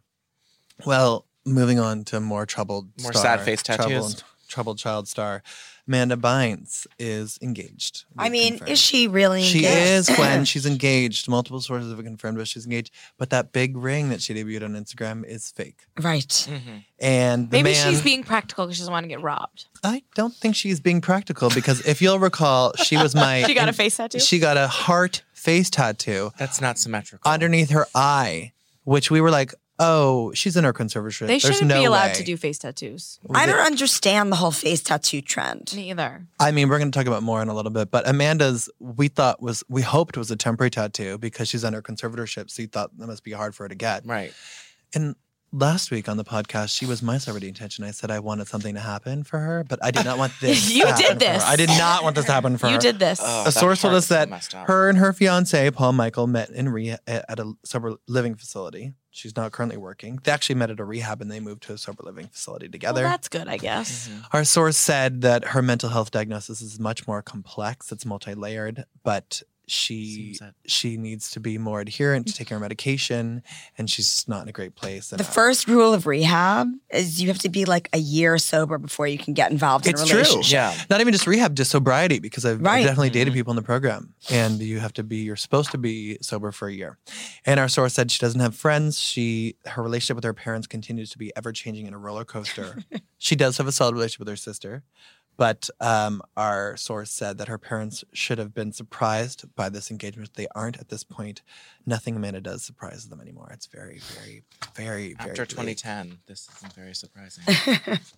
S1: Well, moving on to more troubled,
S3: More
S1: star,
S3: sad face
S1: troubled-
S3: tattoos.
S1: troubled child star Amanda Bynes is engaged.
S4: I
S1: We've
S4: mean,
S1: confirmed.
S4: is she really?
S1: She
S4: engaged?
S1: is when she's engaged. Multiple sources have confirmed that she's engaged, but that big ring that she debuted on Instagram is fake.
S4: right.
S3: Mhm.
S1: And the
S2: Maybe
S1: man,
S2: she's being practical because she doesn't want to get robbed.
S1: I don't think she's being practical because if you'll recall, she was my.
S2: She got a face tattoo.
S1: She got a heart face tattoo
S3: That's not symmetrical.
S1: underneath her eye, which we were like, oh, she's in her conservatorship.
S2: they
S1: There's
S2: shouldn't
S1: no
S2: be allowed
S1: way.
S2: to do face tattoos.
S4: I don't understand the whole face tattoo trend.
S2: Me either.
S1: I mean, we're going to talk about more in a little bit, but Amanda's, we thought was, we hoped was a temporary tattoo because she's under conservatorship. So you thought that must be hard for her to get.
S3: Right.
S1: And last week on the podcast, she was my celebrity intention. I said I wanted something to happen for her, but I did not want this. to
S2: You
S1: happen
S2: did
S1: for her.
S2: this.
S1: I did not want this to happen for her.
S2: You did this.
S3: Oh,
S1: a
S3: that
S1: source told
S3: part's
S1: us that
S3: messed up.
S1: her and her fiance Paul Michael met in re- at a sober living facility. She's not currently working. They actually met at a rehab and they moved to a sober living facility
S2: well,
S1: together.
S2: that's good, I guess.
S3: Mhm.
S1: Our source said that her mental health diagnosis is much more complex. It's multi-layered, but she
S3: Seems that-
S1: she needs to be more adherent to taking her medication, and she's just not in a great place. And
S4: The
S1: I-
S4: first rule of rehab is you have to be like a year sober before you can get involved in
S1: It's
S4: a
S1: true.
S4: relationship.
S3: Yeah.
S1: not even just rehab, just sobriety, because I've, I've
S4: Right.
S1: definitely dated
S3: Mhm.
S1: people in the program, and you have to be you're supposed to be sober for a year. And our source said she doesn't have friends. She her relationship with her parents continues to be ever changing in a roller coaster. she does have a solid relationship with her sister, but um, our source said that her parents should have been surprised by this engagement. They aren't at this point. Nothing Amanda does surprises them anymore. It's very, very, very, very
S3: After
S1: bleak.
S3: 2010, this isn't very surprising.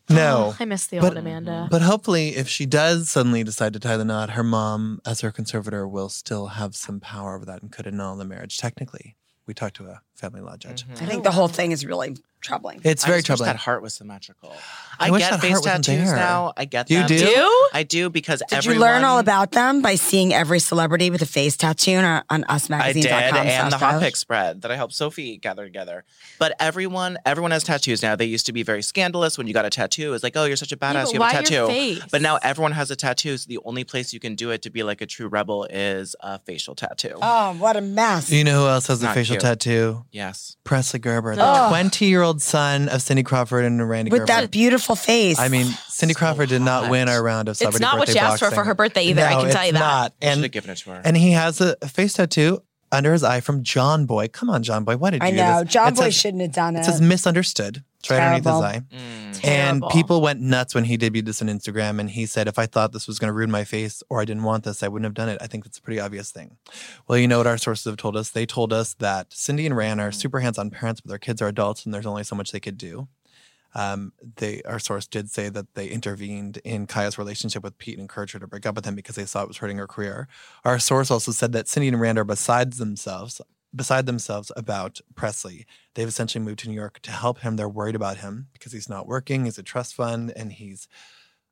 S1: No,
S2: I miss the
S1: But-
S2: old Amanda.
S1: But hopefully, if she does suddenly decide to tie the knot, her mom, as her conservator, will still have some power over that and could annul the marriage. Technically, we talked to a family law judge.
S3: Mhm.
S4: I think the whole thing is really troubling.
S1: It's
S3: I
S1: very
S3: just wish
S1: troubling.
S3: That heart was symmetrical.
S1: I
S3: I,
S1: wish
S3: get
S1: that
S3: face
S1: heart wasn't
S3: tattoos
S1: there.
S3: now. I get
S1: You
S3: them.
S1: do?
S2: do?
S3: I do because
S4: Did
S3: everyone.
S4: you learn all about them by seeing every celebrity with a face tattoo on, on
S3: I did,
S4: usmagazine.com?
S3: and the hot
S4: slash
S3: pick
S4: stylish?
S3: spread that I helped Sophie gather together. But everyone, everyone has tattoos now. They used to be very scandalous when you got a tattoo. It's like, oh, you're such a
S2: Yeah,
S3: badass.
S2: but
S3: you
S2: why
S3: have a
S2: Your
S3: tattoo.
S2: face?
S3: But now everyone has a tattoo, so the only place you can do it to be like a true rebel is a facial tattoo.
S4: Oh, what a mess.
S1: You know who else has a
S3: Not
S1: facial
S3: cute.
S1: tattoo?
S3: yes,
S1: Presley Gerber, the
S4: Ugh.
S1: 20 year old son of Cindy Crawford and Randy
S4: with
S1: Gerber.
S4: that beautiful face.
S1: I mean, Cindy
S3: So
S1: Crawford did not
S3: hot.
S1: win our round of celebrity
S2: it's not what
S1: birthday
S2: she asked for
S1: boxing.
S2: for her birthday either. I
S1: No,
S2: can tell
S1: it's
S2: you that.
S1: Not.
S3: should
S1: And
S3: have given it to her.
S1: and he has a face tattoo under his eye from John Boy. Come on, John Boy, why did you
S4: I
S1: do this?
S4: know. John
S1: It
S4: Boy
S1: says-
S4: shouldn't have done it.
S1: It says misunderstood. It's right underneath his
S4: Terrible.
S1: eye.
S3: Mm.
S1: And
S2: Terrible.
S1: people went nuts when he debuted this on Instagram. And he said, if I thought this was going to ruin my face or I didn't want this, I wouldn't have done it. I think that's a pretty obvious thing. Well, you know what our sources have told us? They told us that Cindy and Ran are super hands on parents, but their kids are adults and there's only so much they could do. Um, they our source did say that they intervened in Kaya's relationship with Pete and encouraged her to break up with him because they saw it was hurting her career. Our source also said that Cindy and Rand are besides themselves, beside themselves about Presley. They've essentially moved to New York to help him. They're worried about him because he's not working. He's a trust fund and he's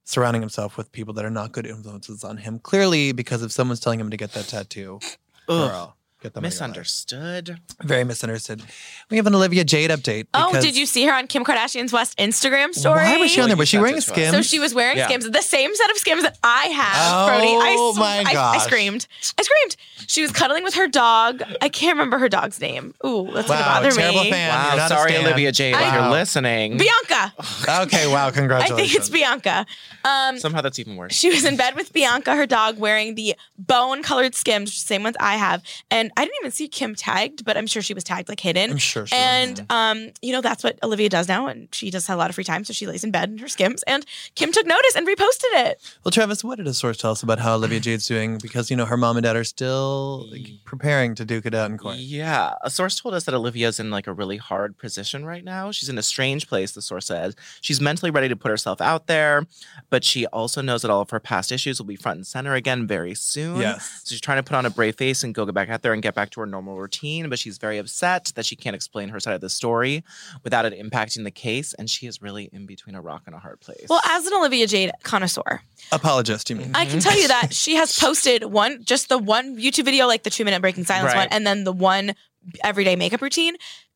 S1: surrounding himself with people that are not good influences on him. Clearly, because if someone's telling him to get that tattoo,
S3: Ugh.
S1: girl, get them out of your life.
S3: misunderstood.
S1: Very misunderstood. We have an Olivia Jade update.
S2: Oh,
S1: because-
S2: did you see her on Kim Kardashian's West Instagram story?
S1: Why was she on there?
S3: Well,
S1: Was she
S3: Oh, you
S1: wearing a
S3: sent it to
S1: skim?
S3: us.
S2: So she was wearing
S3: Yeah.
S2: skims, the same set of skims that I have,
S1: Oh,
S2: Brody. I, s-
S1: my
S2: I- I,
S1: gosh.
S2: screamed. I screamed. She was cuddling with her dog. I can't remember her dog's name. Ooh, that's
S1: Wow,
S2: gonna bother
S1: terrible
S2: me.
S1: fan. And you're
S3: wow,
S1: not a
S3: sorry,
S1: stan.
S3: Olivia Jade, if
S1: I-
S3: you're listening.
S2: Bianca.
S1: Okay, wow,
S2: I
S1: congratulations.
S2: think it's Bianca. Um,
S3: Somehow that's even worse.
S2: she was in bed with Bianca, her dog, wearing the bone colored skims, same ones I have. And I didn't even see Kim tagged, but I'm sure she was tagged like hidden.
S1: I'm sure she was.
S2: And um, you know that's what Olivia does now, and she does have a lot of free time, so she lays in bed in her skims. And Kim took notice and reposted it.
S1: Well, Travis, what did a source tell us about how Olivia Jade's doing? Because you know her mom and dad are still
S3: Ye-
S1: preparing to duke it out in court.
S3: Yeah. A source told us that Olivia's in like a really hard position right now. She's in a strange place, the source says. She's mentally ready to put herself out there, but she also knows that all of her past issues will be front and center again very soon.
S1: Yes.
S3: So she's trying to put on a brave face and go back out there and get back to her normal routine, but she's very upset that she can't explain her side of the story without it impacting the case. And she is really in between a rock and a hard place.
S2: Well, as an Olivia Jade connoisseur,
S1: Apologist, you mean?
S2: I can tell you
S3: Mm-hmm.
S2: that she has posted one, just the one YouTube video, like the two minute breaking silence
S3: Right.
S2: one, and then the one everyday makeup routine,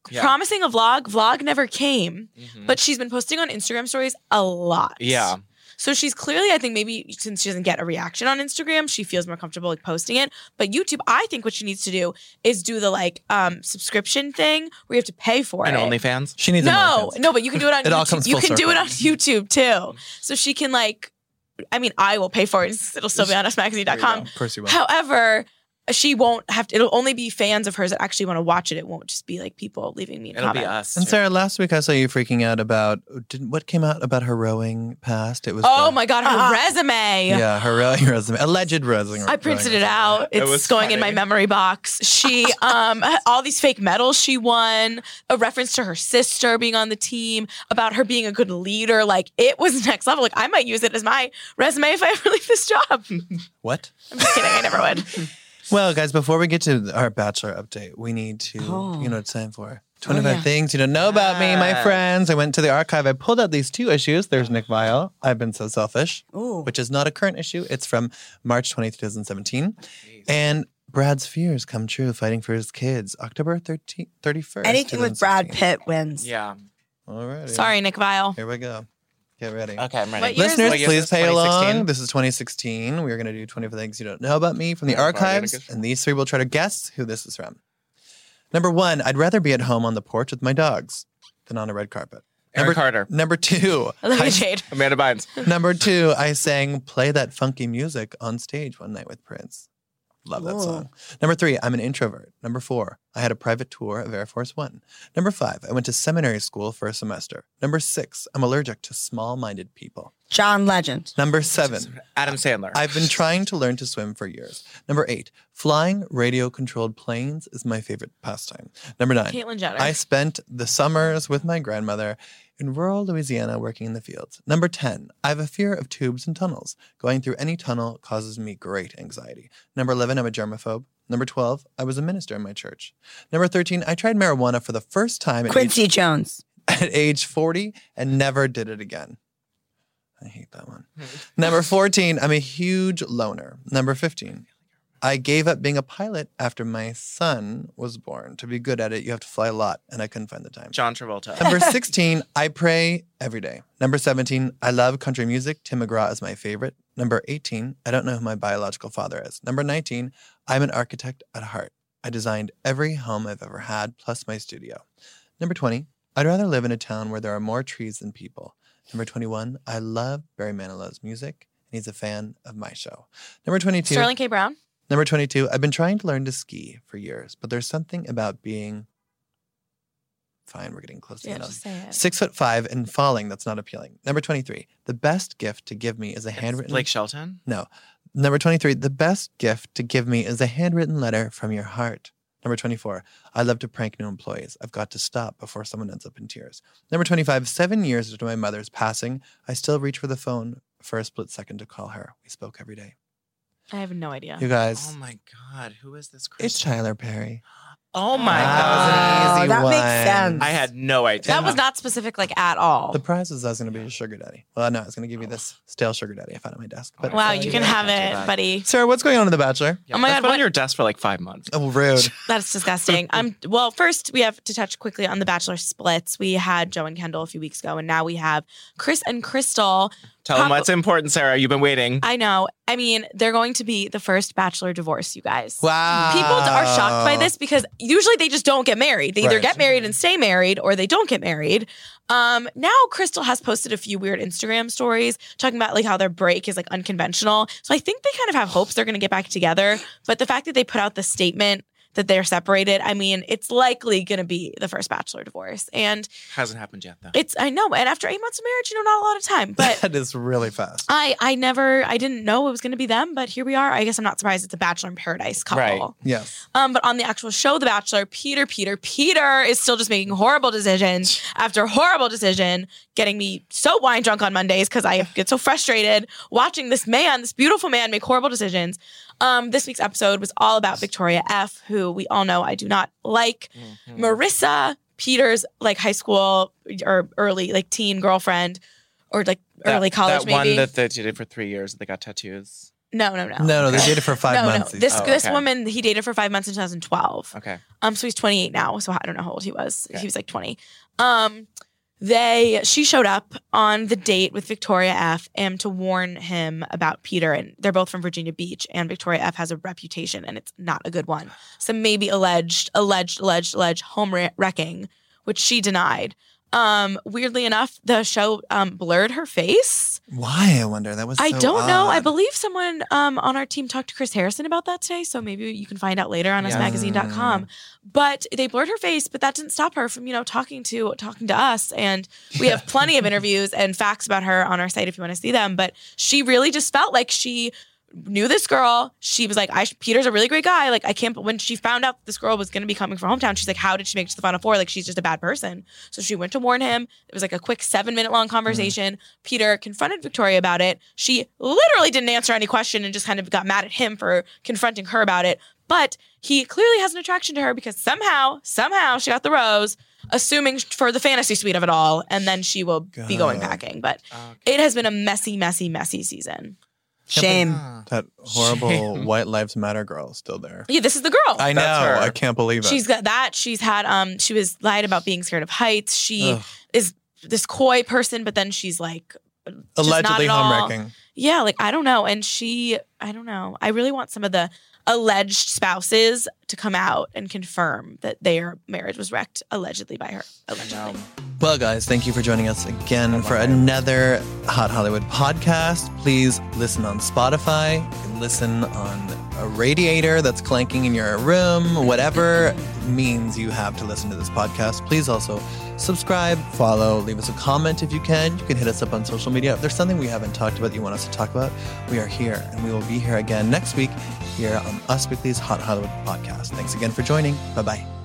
S3: Yeah.
S2: promising a vlog. Vlog never came,
S1: Mm-hmm.
S3: Mhm.
S2: but she's been posting on Instagram stories a lot.
S3: yeah.
S2: So she's clearly, I think maybe since she doesn't get a reaction on Instagram, she feels more comfortable like posting it. But YouTube, I think what she needs to do is do the like um subscription thing where you have to pay for
S3: And
S2: it.
S3: OnlyFans.
S1: She needs
S2: No,
S1: an OnlyFans.
S2: no, but you can do it on
S1: It
S2: YouTube.
S1: all comes
S2: you
S1: full
S2: can do it
S1: circle.
S2: on YouTube too. So she can like I mean, I will pay for it. It'll still be on usmagazine.com.
S1: Of course you will.
S2: However, she won't have to, it'll only be fans of hers that actually want to watch it. It won't just be like people leaving me
S3: It'll
S2: comments.
S3: be us.
S1: and
S3: too.
S1: Sarah, last week I saw you freaking out about didn't what came out about her rowing past. It was
S2: Oh
S1: the-
S2: my god, her
S4: Uh-uh.
S2: resume.
S1: yeah, her rowing resume, alleged rowing.
S2: I printed it out.
S3: It
S2: It's
S3: was
S2: going in my
S3: funny.
S2: memory box. She um all these fake medals she won, a reference to her sister being on the team, about her being a good leader. Like it was next level. Like I might use it as my resume if I ever leave this job. I'm
S1: What?
S2: just kidding, I never would.
S1: Well, guys, before we get to our bachelor update, we need to,
S4: Oh.
S1: you know, it's time for 25
S4: yeah.
S1: things you don't know about me, my
S2: Ah.
S3: Yes.
S1: friends. I went to the archive. I pulled out these two issues. There's Nick Vile. I've been so selfish,
S4: Ooh.
S1: which is not a current issue. It's from March 20, 2017. And Brad's fears come true fighting for his kids. October 13, 31st.
S4: Anything with Brad Pitt wins.
S3: Yeah.
S1: All right.
S2: Sorry, Nick Vile.
S1: Here we go. Get ready.
S3: Okay, I'm ready.
S2: What year is
S1: Uh, Listeners,
S2: this?
S1: please pay along.
S3: 2016?
S1: This is 2016. We are going to do 24 Things You Don't Know About Me from the
S3: Oh, God, I gotta
S1: archives,
S3: guess.
S1: and these three will try to guess who this is from. Number one, I'd rather be at home on the porch with my dogs than on a red carpet.
S3: Aaron
S1: Number-
S3: Carter,
S1: Number two,
S2: Olivia
S1: I-
S2: Jade.
S3: Amanda Bynes.
S1: number two, I sang "Play That Funky Music" on stage one night with Prince. Love that
S4: Ooh.
S1: song. Number three, I'm an introvert. Number four, I had a private tour of Air Force One. Number five, I went to seminary school for a semester. Number six, I'm allergic to small-minded people.
S4: John Legend.
S1: Number seven,
S3: Adam Sandler.
S1: I've been trying to learn to swim for years. Number eight, flying radio controlled planes is my favorite pastime. Number nine,
S2: Caitlyn Jenner.
S1: I spent the summers with my grandmother in rural Louisiana working in the fields. Number 10, I have a fear of tubes and tunnels. Going through any tunnel causes me great anxiety. Number 11, I'm a germaphobe. Number 12, I was a minister in my church. Number 13, I tried marijuana for the first time at age,
S4: Quincy Jones.
S1: at age 40 and never did it again. I hate that one. Number 14, I'm a huge loner. Number 15, I gave up being a pilot after my son was born. To be good at it, you have to fly a lot, and I couldn't find the time.
S3: John Travolta.
S1: Number 16, I pray every day. Number 17, I love country music. Tim McGraw is my favorite. Number 18, I don't know who my biological father is. Number 19, I'm an architect at heart. I designed every home I've ever had, plus my studio. Number 20, I'd rather live in a town where there are more trees than people. Number 21, I love Barry Manilow's music, and he's a fan of my show. Number 22,
S2: Sterling K. Brown.
S1: Number 22, I've been trying to learn to ski for years, but there's something about being. Fine, we're getting close to
S2: Yeah,
S1: the end.
S2: just say it.
S1: Six foot five and falling, that's not appealing. Number 23, the best gift to give me is a handwritten.
S3: Blake Shelton.
S1: Number 23, the best gift to give me is a handwritten letter from your heart. Number 24, I love to prank new employees. I've got to stop before someone ends up in tears. Number 25, seven years after my mother's passing, I still reach for the phone for a split second to call her. We spoke every day.
S2: I have no idea.
S1: You guys,
S3: Oh my God, who is this
S1: it's
S3: Christian?
S1: Tyler Ah. Perry.
S3: Oh my
S1: That
S3: God.
S1: was an easy
S4: that
S1: one.
S4: makes sense.
S3: I had no idea.
S2: That was not specific, like at all.
S1: The prize was I was going to be a sugar daddy. Well, no, I was going to give you this stale sugar daddy I found at my desk. But
S2: Wow,
S3: Sorry,
S2: you can
S3: I
S2: have
S3: can't do
S2: it,
S3: that.
S2: buddy.
S1: Sarah, what's going on in The Bachelor?
S3: Yeah,
S2: Oh my
S3: that's
S2: God,
S3: been
S2: what-
S3: on your desk for like five months.
S1: Oh, rude.
S2: That's disgusting. I'm well. First, we have to touch quickly on the Bachelor splits. We had Joe and Kendall a few weeks ago, and now we have Chris and Crystal.
S3: Tell them
S2: Pop-
S3: what's important, Sarah. You've been waiting.
S2: I know. I mean, they're going to be the first Bachelor divorce, you guys.
S1: Wow.
S2: People are shocked by this because usually they just don't get married. They either
S1: Uh. Right.
S2: get married and stay married or they don't get married. Um, now Crystal has posted a few weird Instagram stories talking about like how their break is like unconventional. So I think they kind of have hopes they're going to get back together, but the fact that they put out the statement that they're separated, I mean, it's likely going to be the first bachelor divorce. And
S3: Hasn't happened yet, though.
S2: it's I know, and after 8 months of marriage, you know, not a lot of time, but
S1: that is really fast.
S2: I I never I didn't know it was going to be them, but here we are. I guess I'm not surprised it's a Bachelor in Paradise couple.
S3: Right.
S1: Yes.
S2: Um, but on the actual show, The Bachelor, Peter, Peter, Peter is still just making horrible decisions after horrible decision, getting me so wine drunk on Mondays because I get so frustrated watching this man, this beautiful man, make horrible decisions. Um, this week's episode was all about Victoria F, who we all know I do not like.
S3: Mhm.
S2: Marissa, Peter's like high school or early like teen girlfriend, or like
S3: That-
S2: early college
S3: That
S2: maybe.
S3: one that they did for three years. They got tattoos.
S2: no, no, no,
S1: No, no, they did it for five
S2: no,
S1: months.
S2: No. This
S3: Oh,
S2: this
S3: okay.
S2: woman he dated for five months in 2012.
S3: Okay.
S2: Um, so he's 28 now. So I don't know how old he was.
S3: Okay.
S2: He was like 20. Um, they she showed up on the date with Victoria F. and to warn him about Peter. And they're both from Virginia Beach. And Victoria F. has a reputation, and it's not a good one. So maybe alleged, alleged, alleged, alleged home wre- wrecking, which she denied. Um, weirdly enough, the show um, blurred her face.
S1: Why, I wonder? That was
S2: I
S1: so
S2: don't know. I
S1: odd.
S2: believe someone um, on our team talked to Chris Harrison about that today. So maybe you can find out later on
S3: Yeah.
S2: usmagazine.com. But they blurred her face, but that didn't stop her from, you know, talking to talking to us. And we have plenty of interviews and facts about her on our site if you want to see them. But she really just felt like she knew this girl. She was like, I sh- Peter's a really great guy. Like I can't but when she found out this girl was gonna be coming from hometown, she's like, How did she make it to the final four? Like she's just a bad person. So she went to warn him. It was like a quick seven minute
S1: Mm-hmm.
S2: long conversation. Peter confronted Victoria about it. She literally didn't answer any question and just kind of got mad at him for confronting her about it. But he clearly has an attraction to her because somehow, somehow she got the rose, assuming for the fantasy suite of it all. And then she will be going
S1: God.
S2: packing. But
S3: Okay.
S2: it has been a messy, messy, messy season.
S4: Shame.
S3: Ah.
S1: That horrible
S3: Shame.
S1: White Lives Matter girl is still there.
S2: Yeah, this is the girl.
S1: I know.
S3: That's her.
S1: I can't believe it.
S2: She's got that. She's had um she was lied about being scared of heights. She
S1: Ugh.
S2: is this coy person, but then she's like just not
S1: Allegedly
S2: at all-
S1: home wrecking.
S2: Yeah, like I don't know. And she, I don't know. I really want some of the alleged spouses to come out and confirm that their marriage was wrecked allegedly by her. Allegedly.
S1: Well, guys, thank you for joining us again for another Hot Hollywood podcast. Please listen on Spotify, you can listen on a radiator that's clanking in your room, whatever means you have to listen to this podcast. Please also subscribe, follow, leave us a comment if you can. You can hit us up on social media. If there's something we haven't talked about that you want us to talk about, we are here and we will be here again next week here on Us Weekly's Hot Hollywood podcast. Thanks again for joining. Bye bye.